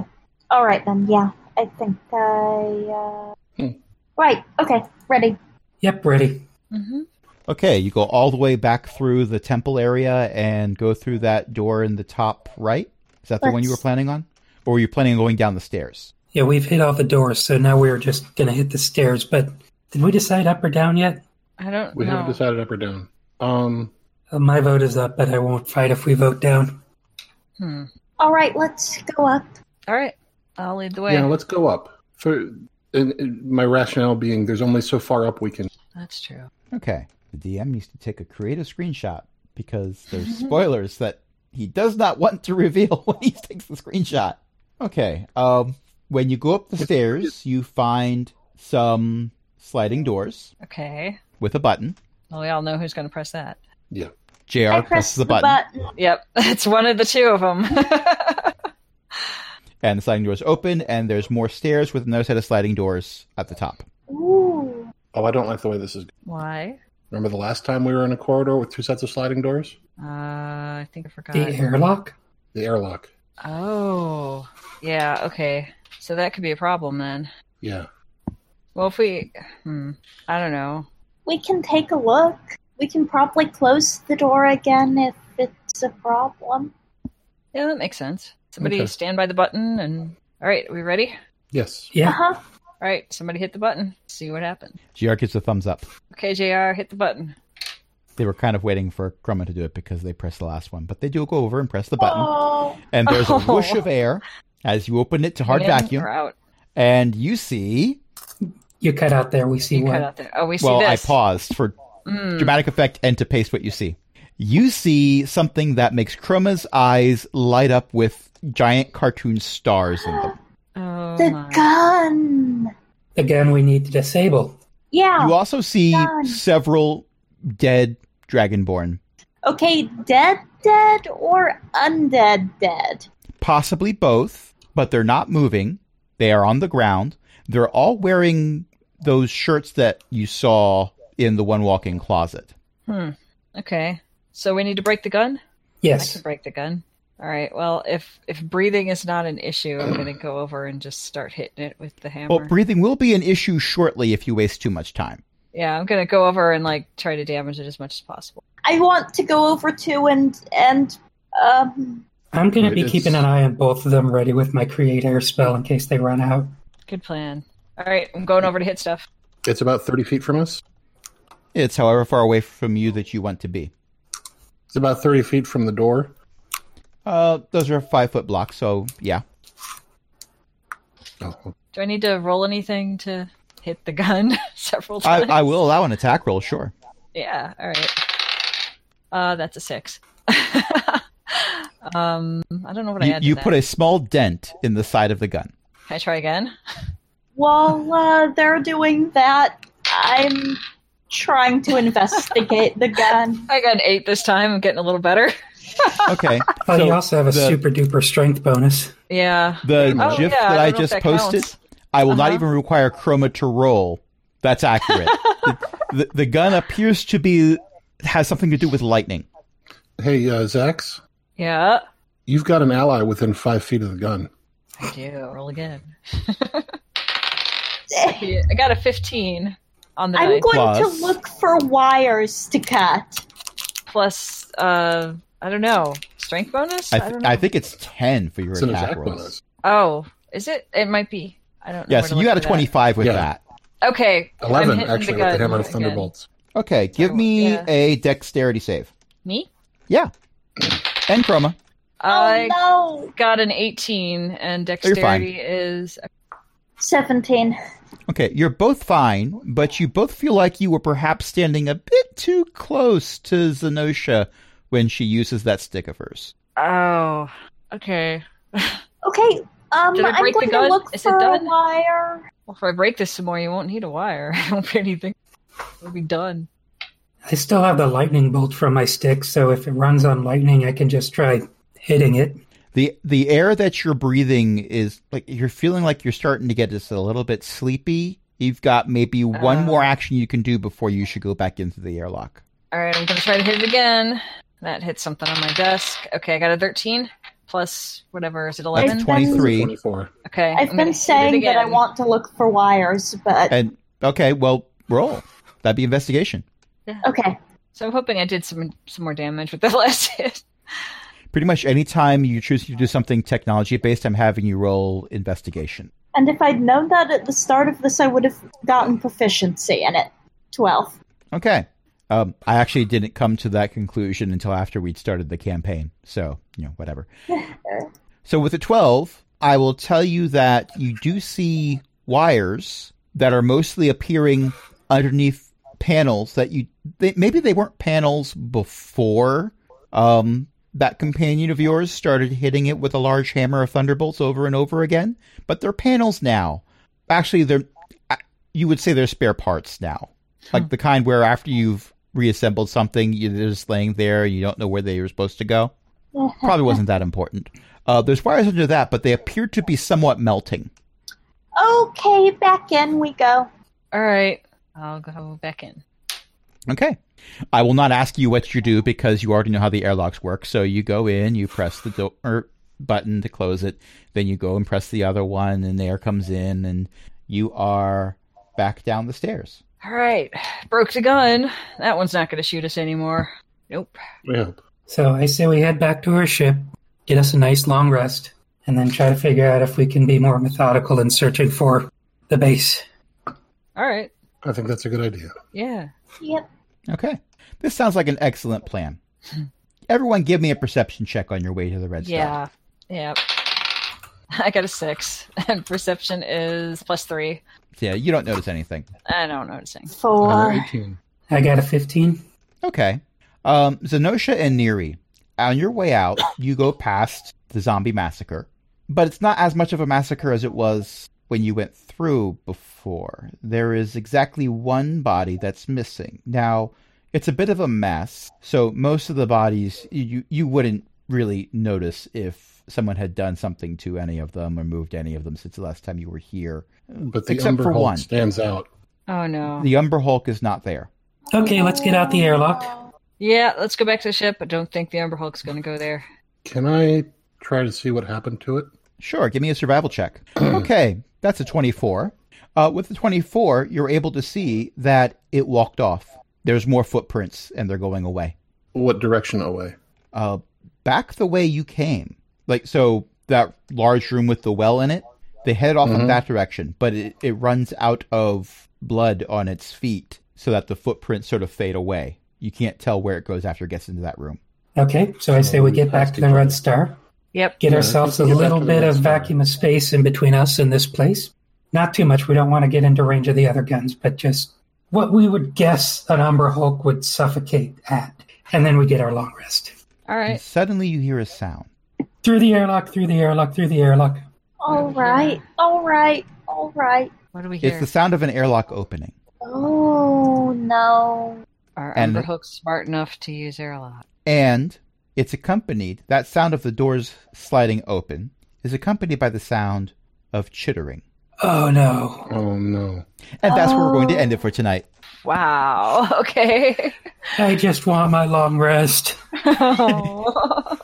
Speaker 2: All right then. Yeah, I think I. Uh...
Speaker 3: Hmm.
Speaker 2: Right. Okay. Ready.
Speaker 4: Yep, ready.
Speaker 5: hmm
Speaker 1: Okay, you go all the way back through the temple area and go through that door in the top right. Is that the one you were
Speaker 2: Let's-
Speaker 1: planning on? Or were you planning on going down the stairs?
Speaker 4: Yeah, we've hit all the doors, so now we're just gonna hit the stairs. But did we decide up or down yet?
Speaker 5: I don't
Speaker 3: We
Speaker 5: know.
Speaker 3: haven't decided up or down. Um,
Speaker 4: Uh, my vote is up, but I won't fight if we vote down.
Speaker 5: Hmm.
Speaker 2: All right. Let's go up.
Speaker 5: All right, I'll lead the way.
Speaker 3: yeah, let's go up. For and, and my rationale being, there's only so far up we can.
Speaker 5: That's true.
Speaker 1: Okay. The DM needs to take a creative screenshot because there's spoilers that he does not want to reveal when he takes the screenshot. Okay. Um, when you go up the stairs, you find some sliding doors
Speaker 5: Okay.
Speaker 1: with a button.
Speaker 5: Well, we all know who's going to press that.
Speaker 1: JR
Speaker 2: I
Speaker 1: presses
Speaker 2: press
Speaker 1: the button,
Speaker 5: Yep, it's one of the two of them.
Speaker 1: and the sliding doors open, and there's more stairs with another set of sliding doors at the top.
Speaker 2: Ooh.
Speaker 3: Oh, I don't like the way this is.
Speaker 5: Why?
Speaker 3: Remember the last time we were in a corridor with two sets of sliding doors?
Speaker 5: Uh, I think I forgot.
Speaker 4: The airlock?
Speaker 3: The airlock.
Speaker 5: Oh, yeah. Okay, so that could be a problem then.
Speaker 3: Yeah.
Speaker 5: Well, if we, hmm, I don't know.
Speaker 2: We can take a look. We can probably close the door again if it's a problem.
Speaker 5: Yeah, that makes sense. Somebody
Speaker 3: Okay.
Speaker 5: stand by the button, and all right, are we ready?
Speaker 3: Yes.
Speaker 2: Uh
Speaker 4: Yeah.
Speaker 2: huh.
Speaker 5: All right, somebody hit the button. See what happens.
Speaker 1: JR gives a thumbs up.
Speaker 5: Okay, Jr. Hit the button.
Speaker 1: They were kind of waiting for Grumman to do it because they pressed the last one, but they do go over and press the button,
Speaker 2: Oh.
Speaker 1: and there's a whoosh
Speaker 5: Oh.
Speaker 1: of air as you open it to hard
Speaker 5: In
Speaker 1: vacuum,
Speaker 5: or out?
Speaker 1: and you see.
Speaker 4: You cut out there, we see
Speaker 5: You cut
Speaker 4: what.
Speaker 5: out there. Oh, we see
Speaker 1: Well, I
Speaker 5: this.
Speaker 1: paused for
Speaker 5: Mm.
Speaker 1: dramatic effect and to paste what you see. You see something that makes Chroma's eyes light up with giant cartoon stars in them.
Speaker 5: Oh
Speaker 2: The
Speaker 5: my.
Speaker 2: gun.
Speaker 4: The gun we need to disable.
Speaker 2: Yeah.
Speaker 1: You also see
Speaker 2: God.
Speaker 1: several dead dragonborn,
Speaker 2: Okay, dead, dead, or undead, dead.
Speaker 1: possibly both, but they're not moving. They are on the ground. They're all wearing those shirts that you saw in the one walk-in closet.
Speaker 5: Hmm. Okay. So we need to break the gun. I
Speaker 4: Yes.
Speaker 5: can break the gun. All right. Well, if if breathing is not an issue, I'm gonna go over and just start hitting it with the hammer.
Speaker 1: Well, breathing will be an issue shortly if you waste too much time.
Speaker 5: yeah, I'm gonna go over and like try to damage it as much as possible.
Speaker 2: I want to go over to and and um
Speaker 4: I'm going to
Speaker 3: It
Speaker 4: be
Speaker 3: is-
Speaker 4: keeping an eye on both of them ready with my create air spell in case they run out.
Speaker 5: Good plan. All right, I'm going over to hit stuff.
Speaker 3: It's about 30 feet from us.
Speaker 1: It's however far away from you that you want to be.
Speaker 3: It's about 30 feet from the door.
Speaker 1: Uh, those are five foot blocks, so yeah.
Speaker 3: Oh,
Speaker 5: Do I need to roll anything to hit the gun several
Speaker 1: I,
Speaker 5: times?
Speaker 1: I will allow an attack roll, sure.
Speaker 5: Yeah. All right. Uh, that's a six. um, I don't know what I
Speaker 1: You,
Speaker 5: had.
Speaker 1: you put a small dent in the side of the gun.
Speaker 5: Can I try again?
Speaker 2: While uh, they're doing that, I'm trying to investigate the gun.
Speaker 5: I got an eight this time. I'm getting a little better.
Speaker 1: Okay.
Speaker 4: Oh,
Speaker 1: so
Speaker 4: you also have a
Speaker 1: the-
Speaker 4: super duper strength bonus.
Speaker 5: Yeah.
Speaker 1: the
Speaker 5: Oh,
Speaker 1: GIF that
Speaker 5: yeah, I don't
Speaker 1: I,
Speaker 5: know if
Speaker 1: just
Speaker 5: that
Speaker 1: posted,
Speaker 5: counts.
Speaker 1: I will not
Speaker 5: Uh-huh.
Speaker 1: even require Chroma to roll. That's accurate. the, the, the gun appears to be has something to do with lightning.
Speaker 3: hey, uh, Zax,
Speaker 5: Yeah.
Speaker 3: you've got an ally within five feet of the gun.
Speaker 5: I do. Roll again. I got a 15 on the
Speaker 2: I'm
Speaker 5: dice.
Speaker 2: going
Speaker 1: Plus-
Speaker 2: to look for wires to cut.
Speaker 5: Plus, uh, I don't know, strength bonus?
Speaker 1: I,
Speaker 5: I don't
Speaker 1: th-
Speaker 5: know.
Speaker 1: I think it's ten for your
Speaker 3: It's an
Speaker 1: attack
Speaker 3: attack
Speaker 1: rolls.
Speaker 3: bonus.
Speaker 5: Oh, is it? It might be. I don't know.
Speaker 1: Yeah,
Speaker 5: where to
Speaker 1: so you
Speaker 5: look
Speaker 1: got a
Speaker 5: for that.
Speaker 1: twenty-five with
Speaker 3: Yeah.
Speaker 1: that.
Speaker 5: Okay. I'm
Speaker 3: 11,
Speaker 5: hitting the
Speaker 3: actually, with the
Speaker 5: gun
Speaker 3: hammer of
Speaker 5: again.
Speaker 3: thunderbolts.
Speaker 1: Okay, give
Speaker 5: So,
Speaker 1: me
Speaker 5: yeah.
Speaker 1: a dexterity save.
Speaker 5: Me?
Speaker 1: Yeah, and Chroma.
Speaker 5: I
Speaker 2: Oh no!
Speaker 5: got an 18, and
Speaker 1: Oh, fine.
Speaker 5: dexterity is.
Speaker 2: 17.
Speaker 1: Okay, you're both fine, but you both feel like you were perhaps standing a bit too close to Zenosha when she uses that stick of hers.
Speaker 5: Oh, okay.
Speaker 2: Okay, um,
Speaker 5: Did I
Speaker 2: I'm
Speaker 5: break the
Speaker 2: going to
Speaker 5: gun?
Speaker 2: look
Speaker 5: Is it
Speaker 2: for a
Speaker 5: done?
Speaker 2: wire.
Speaker 5: Well, if I break this some more, you won't need a wire. I won't be anything. It'll be done.
Speaker 4: I still have the lightning bolt from my stick, so if it runs on lightning, I can just try hitting it.
Speaker 1: the the air that you're breathing is like you're feeling like you're starting to get just a little bit sleepy. You've got maybe one
Speaker 5: Uh.
Speaker 1: more action you can do before you should go back into the airlock.
Speaker 5: All right, I'm going to try to hit it again. That hit something on my desk. Okay, I got a 13 plus whatever. Is it 11?
Speaker 1: That's twenty three.
Speaker 3: 24.
Speaker 5: Okay.
Speaker 2: I've
Speaker 5: I'm gonna hit
Speaker 2: been
Speaker 5: it
Speaker 2: saying that I
Speaker 5: again.
Speaker 2: want to look for wires, but
Speaker 1: And okay, well roll. That'd be investigation.
Speaker 2: okay.
Speaker 5: So I'm hoping I did some some more damage with the last hit.
Speaker 1: Pretty much any time you choose to do something technology based, I'm having you roll investigation.
Speaker 2: And if I'd known that at the start of this, I would have gotten proficiency in it. 12.
Speaker 1: Okay. Um, I actually didn't come to that conclusion until after we'd started the campaign. So, you know, whatever. so, with a 12, I will tell you that you do see wires that are mostly appearing underneath panels that you they, maybe they weren't panels before um, that companion of yours started hitting it with a large hammer of thunderbolts over and over again, but they're panels now. Actually, they're I- you would say they're spare parts now like the kind where after you've reassembled something, you- they're just laying there. You don't know where they were supposed to go. Probably wasn't that important. Uh, there's wires under that, but they appear to be somewhat melting.
Speaker 2: Okay, back in we go.
Speaker 5: All right, I'll go back in.
Speaker 1: Okay. I will not ask you what you do because you already know how the airlocks work. So you go in, you press the door button to close it, then you go and press the other one, and the air comes in, and you are back down the stairs.
Speaker 5: All right, broke the gun. That one's not going to shoot us anymore. Nope.
Speaker 3: Yeah.
Speaker 4: So I say we head back to our ship, get us a nice long rest, and then try to figure out if we can be more methodical in searching for the base.
Speaker 5: All right.
Speaker 3: I think that's a good idea.
Speaker 5: Yeah.
Speaker 2: Yep.
Speaker 1: Okay. This sounds like an excellent plan. Everyone, give me a perception check on your way to the red star.
Speaker 5: Yeah. Yeah. I got a six, and perception is plus three.
Speaker 1: Yeah, you don't notice anything.
Speaker 5: I don't know what it's saying.
Speaker 2: Four.
Speaker 3: Another 18.
Speaker 4: I got a 15.
Speaker 1: Okay. Um, Zenosha and Neri, on your way out, you go past the zombie massacre, but it's not as much of a massacre as it was when you went through before. There is exactly one body that's missing. Now, it's a bit of a mess, so most of the bodies you you wouldn't really notice if someone had done something to any of them or moved any of them since the last time you were here.
Speaker 3: But the
Speaker 1: Except
Speaker 3: Umber
Speaker 1: for
Speaker 3: Hulk
Speaker 1: one.
Speaker 3: stands out.
Speaker 5: Oh no.
Speaker 1: The Umber Hulk is not there.
Speaker 4: Okay, let's get out the airlock.
Speaker 5: Yeah, let's go back to the ship. I don't think the Umber Hulk's going to go there.
Speaker 3: Can I try to see what happened to it?
Speaker 1: Sure, give me a survival check. okay, that's a 24. Uh, with the 24, you're able to see that it walked off. There's more footprints and they're going away.
Speaker 3: What direction away?
Speaker 1: Uh, back the way you came. like so that large room with the well in it. They head off in
Speaker 3: Mhm.
Speaker 1: that direction, but it, it runs out of blood on its feet, so that the footprints sort of fade away. You can't tell where it goes after it gets into that room.
Speaker 4: Okay, so I say we get back to the Red Star,
Speaker 5: Yep.
Speaker 4: get
Speaker 3: Yeah,
Speaker 4: ourselves a
Speaker 3: let's get back
Speaker 4: little
Speaker 3: to the
Speaker 4: bit
Speaker 3: Red
Speaker 4: of
Speaker 3: Star.
Speaker 4: vacuum of space in between us and this place. Not too much. We don't want to get into range of the other guns, but just what we would guess an Umber Hulk would suffocate at. And then we get our long rest.
Speaker 5: All
Speaker 1: And
Speaker 5: right.
Speaker 1: suddenly, you hear a sound.
Speaker 4: Through the airlock, through the airlock, through the airlock.
Speaker 2: All right, all right, all right.
Speaker 5: What do we
Speaker 1: It's
Speaker 5: hear?
Speaker 1: the sound of an airlock opening.
Speaker 2: Oh no.
Speaker 5: Are
Speaker 1: and-
Speaker 5: Umber Hook smart enough to use airlock?
Speaker 1: And it's accompanied, that sound of the doors sliding open is accompanied by the sound of chittering.
Speaker 4: Oh no.
Speaker 3: Oh no.
Speaker 1: And that's where we're going to
Speaker 2: Oh.
Speaker 1: end it for tonight.
Speaker 5: Wow. Okay.
Speaker 4: I just want my long rest.
Speaker 5: Oh.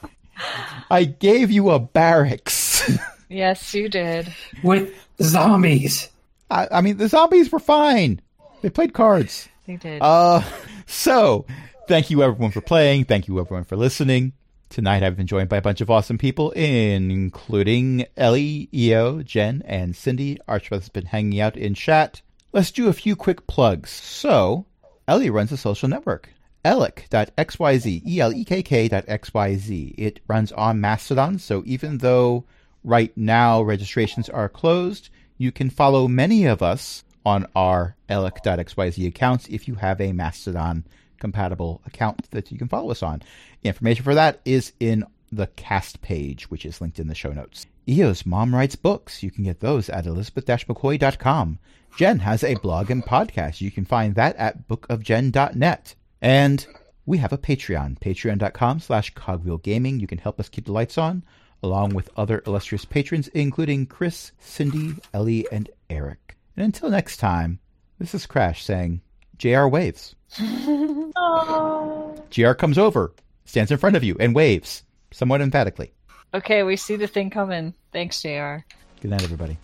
Speaker 1: I gave you a barracks.
Speaker 5: yes, you did.
Speaker 4: With zombies.
Speaker 1: I, I mean, the zombies were fine. They played cards.
Speaker 5: You did.
Speaker 1: Uh, so thank you everyone for playing. Thank you everyone for listening. Tonight I've been joined by a bunch of awesome people, including Ellie, EO, Jen, and Cindy. Archbeth has been hanging out in chat. Let's do a few quick plugs. So, Ellie runs a social network. Elek.xyz, E-L-E-K-K E dot XYZ. It runs on Mastodon, so even though right now registrations are closed, you can follow many of us on our Elec.xyz accounts if you have a Mastodon compatible account that you can follow us on. Information for that is in the cast page, which is linked in the show notes. EO's E mom writes books. You can get those at elizabeth-mccoy.com. Jen has a blog and podcast. You can find that at bookofjen.net. And we have a Patreon, patreon.com slash cogwheelgaming. You can help us keep the lights on, along with other illustrious patrons, including Chris, Cindy, Ellie, and Eric. And until next time, this is Crash saying, JR waves.
Speaker 2: Oh.
Speaker 1: JR comes over, stands in front of you, and waves, somewhat emphatically.
Speaker 5: Okay, we see the thing coming. Thanks, JR.
Speaker 1: Good night, everybody.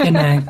Speaker 4: Good night.